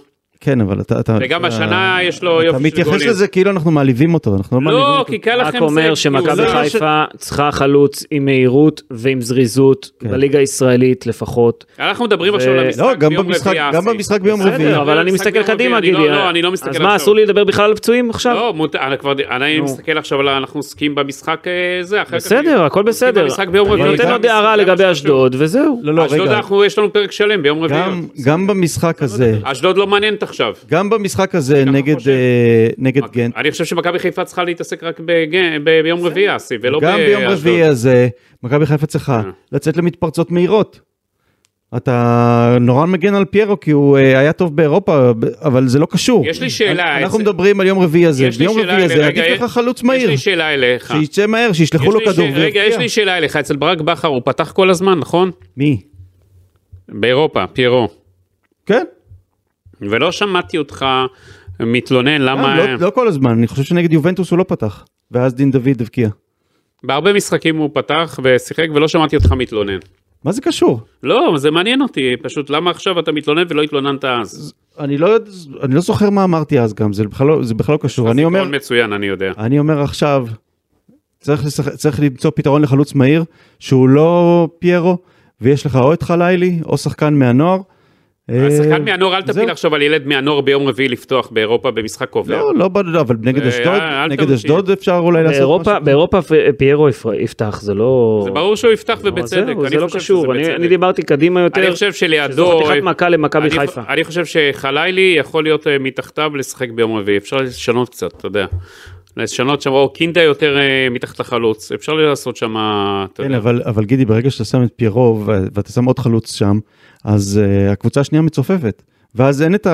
[SPEAKER 3] כן, אבל אתה... אתה-
[SPEAKER 4] וגם
[SPEAKER 3] אתה-
[SPEAKER 4] השנה יש לו
[SPEAKER 3] אתה
[SPEAKER 4] יופי של
[SPEAKER 3] מתייחס
[SPEAKER 4] גולים.
[SPEAKER 3] לזה כאילו אנחנו מעליבים אותו, אנחנו לא מעליבים
[SPEAKER 4] לא,
[SPEAKER 3] אותו.
[SPEAKER 4] כי קל לכם
[SPEAKER 2] רק
[SPEAKER 4] זה,
[SPEAKER 2] אומר
[SPEAKER 4] כי הוא
[SPEAKER 2] שמכבי
[SPEAKER 4] זר.
[SPEAKER 2] חיפה צריכה חלוץ עם מהירות ועם זריזות
[SPEAKER 3] כן.
[SPEAKER 2] בליגה הישראלית לפחות.
[SPEAKER 4] אנחנו מדברים עכשיו
[SPEAKER 2] ו-
[SPEAKER 4] על המשחק
[SPEAKER 3] לא, גם
[SPEAKER 4] ביום
[SPEAKER 3] במשחק-
[SPEAKER 4] רביעי,
[SPEAKER 3] גם
[SPEAKER 4] אסי.
[SPEAKER 3] במשחק ביום
[SPEAKER 4] בסדר,
[SPEAKER 3] רביעי.
[SPEAKER 2] בסדר, אבל אני
[SPEAKER 4] במשחק
[SPEAKER 2] מסתכל
[SPEAKER 4] ביום
[SPEAKER 2] קדימה,
[SPEAKER 4] רביעי, אני
[SPEAKER 2] גידי.
[SPEAKER 4] לא- לא, אני לא מסתכל
[SPEAKER 2] אז
[SPEAKER 4] עכשיו.
[SPEAKER 2] מה, אסור לי לדבר בכלל על פצועים עכשיו?
[SPEAKER 4] לא, מות- אני כבר, אני
[SPEAKER 2] נו.
[SPEAKER 4] מסתכל עכשיו על, אנחנו עוסקים במשחק אה, זה, אחר כך.
[SPEAKER 2] בסדר, הכל
[SPEAKER 4] עוסקים
[SPEAKER 2] בסדר.
[SPEAKER 4] במשחק ביום
[SPEAKER 2] אני
[SPEAKER 4] רביעי.
[SPEAKER 2] נותן
[SPEAKER 4] זה
[SPEAKER 2] עוד
[SPEAKER 4] המשחק,
[SPEAKER 2] הערה
[SPEAKER 4] זה
[SPEAKER 2] לגבי
[SPEAKER 4] מה
[SPEAKER 2] אשדוד, וזהו.
[SPEAKER 3] לא, לא,
[SPEAKER 4] אשדוד
[SPEAKER 3] רגע.
[SPEAKER 4] אנחנו, יש לנו פרק שלם ביום רביעי.
[SPEAKER 3] גם, גם במשחק הזה,
[SPEAKER 4] אשדוד לא מעניינת עכשיו.
[SPEAKER 3] גם במשחק הזה נגד,
[SPEAKER 4] חושב. אוקיי.
[SPEAKER 3] אה, נגד גנט,
[SPEAKER 4] אני חושב שמכבי חיפה צריכה להתעסק רק בג- ב- ביום רביעי, אסי, ולא
[SPEAKER 3] גם ביום
[SPEAKER 4] באשדוד. אה.
[SPEAKER 3] רביעי הזה, מכבי חיפה צריכה לצאת למתפרצות מהירות. אתה נורא מגן על פיירו כי הוא אה, היה טוב באירופה, ב- אבל זה לא קשור.
[SPEAKER 4] יש לי שאלה,
[SPEAKER 3] אנחנו
[SPEAKER 4] זה-
[SPEAKER 3] מדברים על יום רביעי הזה,
[SPEAKER 4] יש לי
[SPEAKER 3] ביום
[SPEAKER 4] שאלה
[SPEAKER 3] רביעי הזה,
[SPEAKER 4] אליך,
[SPEAKER 3] עדיף
[SPEAKER 4] רגע,
[SPEAKER 3] לך חלוץ
[SPEAKER 4] יש
[SPEAKER 3] מהיר,
[SPEAKER 4] לי שאלה אליך.
[SPEAKER 3] שיצא מהר, שישלחו
[SPEAKER 4] יש
[SPEAKER 3] לו
[SPEAKER 4] לי
[SPEAKER 3] כדור.
[SPEAKER 4] ש- רגע, יש
[SPEAKER 3] ויבקיע.
[SPEAKER 4] לי שאלה אליך, אצל ברק בכר הוא פתח כל הזמן, נכון?
[SPEAKER 3] מי?
[SPEAKER 4] באירופה, פיירו.
[SPEAKER 3] כן,
[SPEAKER 4] ולא שמעתי אותך מתלונן למה...
[SPEAKER 3] לא- לא כל הזמן, אני חושב שנגד יובנטוס הוא לא פתח, ואז דין דוד הבקיע.
[SPEAKER 4] בהרבה משחקים הוא פתח ושיחק ולא שמעתי אותך מתלונן.
[SPEAKER 3] מה זה קשור?
[SPEAKER 4] לא, זה מעניין אותי, פשוט למה עכשיו אתה מתלונן ולא התלוננת אז?
[SPEAKER 3] אני לא, יודע- אני לא זוכר מה אמרתי אז גם, זה בכלל לא, זה בכלל לא קשור. אני אומר,
[SPEAKER 4] הזיכרון מצוין, אני יודע.
[SPEAKER 3] אני אומר עכשיו, צריך, לשח... צריך למצוא פתרון לחלוץ מהיר שהוא לא פיירו, ויש לך או את חלילי או שחקן מהנוער. אה,
[SPEAKER 4] השחקן מהנוער, אל
[SPEAKER 3] זהו.
[SPEAKER 4] תפיל עכשיו על ילד מהנוער ביום רביעי לפתוח באירופה במשחק קובע.
[SPEAKER 3] לא, לא, בא- לא, אבל נגד
[SPEAKER 4] אה,
[SPEAKER 3] אשדוד,
[SPEAKER 4] אל
[SPEAKER 3] נגד
[SPEAKER 4] תמשיך.
[SPEAKER 3] אשדוד אפשר אולי לעשות
[SPEAKER 2] באירופה,
[SPEAKER 3] משהו.
[SPEAKER 2] באירופה פ- פיירו יפר- יפתח, זה לא...
[SPEAKER 4] זה ברור שהוא יפתח
[SPEAKER 2] אבל
[SPEAKER 4] ובצדק,
[SPEAKER 2] זהו,
[SPEAKER 4] אני
[SPEAKER 2] זה לא
[SPEAKER 4] חושב שזה
[SPEAKER 2] קשור, אני- אני
[SPEAKER 4] בצדק.
[SPEAKER 2] דיברתי קדימה יותר.
[SPEAKER 4] אני חושב
[SPEAKER 2] שזו
[SPEAKER 4] שלידו...
[SPEAKER 2] חתיכת מכה למכבי
[SPEAKER 4] אני-
[SPEAKER 2] חיפה.
[SPEAKER 4] אני חושב שחלילי יכול להיות אה, מתחתיו לשחק ביום רביעי, אפשר לשנות קצת, אתה יודע. לשנות שם, או קינדה יותר אה, מתחת לחלוץ, אפשר לעשות שם, אתה
[SPEAKER 3] כן,
[SPEAKER 4] יודע.
[SPEAKER 3] אבל, אבל גידי, ברגע שאתה שם את פיירו ו- ואתה שם עוד חלוץ שם, אז uh, הקבוצה השנייה מצופפת. ואז אין את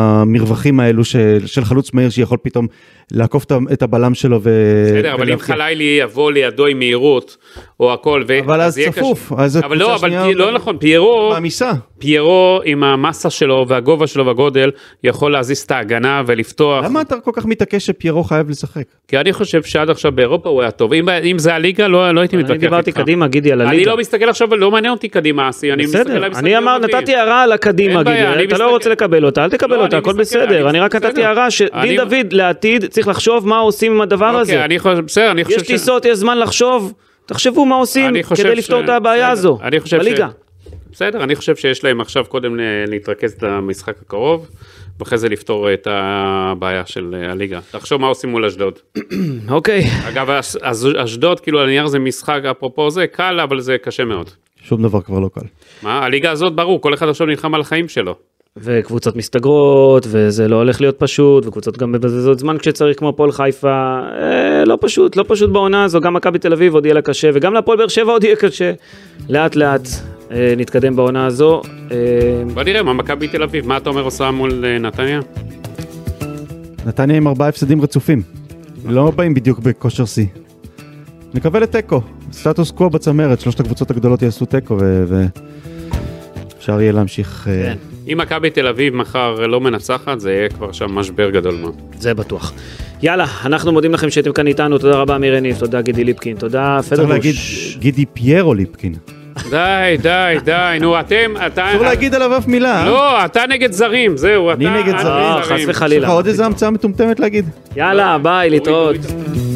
[SPEAKER 3] המרווחים האלו של, של חלוץ מהיר שיכול פתאום לעקוף את ה- את הבלם שלו ו...
[SPEAKER 4] בסדר, אבל אם
[SPEAKER 3] ולהבקיע.
[SPEAKER 4] חלילי יבוא לידו עם מהירות, או הכל, ו...
[SPEAKER 3] אבל אז
[SPEAKER 4] יהיה קשה.
[SPEAKER 3] צפוף, אז
[SPEAKER 4] אבל לא,
[SPEAKER 3] הקבוצה
[SPEAKER 4] אבל
[SPEAKER 3] השנייה-
[SPEAKER 4] פי- לא נכון, פיירו,
[SPEAKER 3] מעמיסה.
[SPEAKER 4] פיירו עם המסה שלו והגובה שלו והגודל, יכול להזיז את ההגנה ולפתוח.
[SPEAKER 3] למה אתה כל כך מתעקש שפיירו חייב לשחק?
[SPEAKER 4] כי אני חושב שעד עכשיו באירופה הוא היה טוב. אם, אם זה הליגה, לא, לא הייתי מתווכח
[SPEAKER 2] אני
[SPEAKER 4] איתך.
[SPEAKER 2] דיברתי קדימה, גידי, על
[SPEAKER 4] אני
[SPEAKER 2] הליגה.
[SPEAKER 4] לא מסתכל עכשיו, לא מעניין אותי קדימה, אסי, אני מסתכל על
[SPEAKER 2] בסדר,
[SPEAKER 4] המשחקים
[SPEAKER 2] אני אמר,
[SPEAKER 4] הרבים.
[SPEAKER 2] נתתי הערה על הקדימה,
[SPEAKER 4] אין בעיה,
[SPEAKER 2] גידי,
[SPEAKER 4] אני
[SPEAKER 2] אתה לא
[SPEAKER 4] מסתכל-
[SPEAKER 2] רוצה לקבל אותה, אל תקבל
[SPEAKER 4] לא,
[SPEAKER 2] אותה,
[SPEAKER 4] אני
[SPEAKER 2] הכל
[SPEAKER 4] מסתכל-
[SPEAKER 2] בסדר,
[SPEAKER 4] אני
[SPEAKER 2] אני רק
[SPEAKER 4] בסדר.
[SPEAKER 2] נתתי הערה
[SPEAKER 4] אני-
[SPEAKER 2] שדין דוד לעתיד צריך לחשוב מה עושים עם הדבר
[SPEAKER 4] אוקיי,
[SPEAKER 2] הזה.
[SPEAKER 4] אני חושב, בסדר, אני חושב
[SPEAKER 2] יש טיסות, יש זמן לחשוב, תחשבו מה עושים
[SPEAKER 4] אני חושב
[SPEAKER 2] כדי
[SPEAKER 4] ש-
[SPEAKER 2] לפתור את הבעיה
[SPEAKER 4] בסדר,
[SPEAKER 2] הזו
[SPEAKER 4] אני חושב ש-
[SPEAKER 2] בליגה.
[SPEAKER 4] בסדר, אני חושב שיש להם עכשיו קודם ל- להתרכז למשחק הקרוב, ואחרי זה לפתור את הבעיה של אה, הליגה. תחשוב מה עושים מול אשדוד.
[SPEAKER 2] אוקיי,
[SPEAKER 4] אגב, אש- אז- אשדוד, כאילו, על הנייר זה משחק, אפרופו זה, קל, אבל זה קשה מאוד.
[SPEAKER 3] שום דבר כבר לא קל.
[SPEAKER 4] מה, הליגה הזאת, ברור, כל אחד עכשיו נלחם על החיים שלו.
[SPEAKER 2] וקבוצות מסתגרות, וזה לא הולך להיות פשוט, וקבוצות גם מבזבזות זמן כשצריך, כמו הפועל חיפה. אה, לא פשוט, לא פשוט בעונה הזו, גם מכבי תל אביב עוד יהיה לה קשה, וגם להפועל באר שבע עוד יהיה קשה. לאט לאט אה, נתקדם בעונה הזו. אה,
[SPEAKER 4] בוא נראה מה מכבי תל אביב, מה אתה אומר עושה מול אה, נתניה?
[SPEAKER 3] נתניה עם ארבעה הפסדים רצופים. לא באים בדיוק בכושר שיא. נקווה לתיקו. סטטוס קוו בצמרת, שלושת הקבוצות הגדולות יעשו תיקו ו... ו... אפשר יהיה להמשיך... אה,
[SPEAKER 2] כן.
[SPEAKER 4] אם מכבי תל אביב מחר לא מנצחת, זה יהיה כבר שם משבר גדול מאוד.
[SPEAKER 2] זה בטוח. יאללה, אנחנו מודים לכם שהייתם כאן איתנו, תודה רבה אמיר יניב, תודה גידי ליפקין, תודה
[SPEAKER 3] צריך להגיד
[SPEAKER 2] פדרוש.
[SPEAKER 3] גידי פיירו ליפקין.
[SPEAKER 4] די, די, די, נו, אתם, אתה...
[SPEAKER 3] אסור להגיד עליו אף מילה. אה?
[SPEAKER 4] לא, אתה נגד זרים, זהו, אתה...
[SPEAKER 3] אני נגד
[SPEAKER 4] אתה
[SPEAKER 3] זרים.
[SPEAKER 2] אה, חס
[SPEAKER 3] יש לך
[SPEAKER 2] וחלילה.
[SPEAKER 3] עוד איזה המצאה מטומטמת להגיד?
[SPEAKER 2] יאללה, ביי, להתראות.
[SPEAKER 4] אוי, אוי, אוי.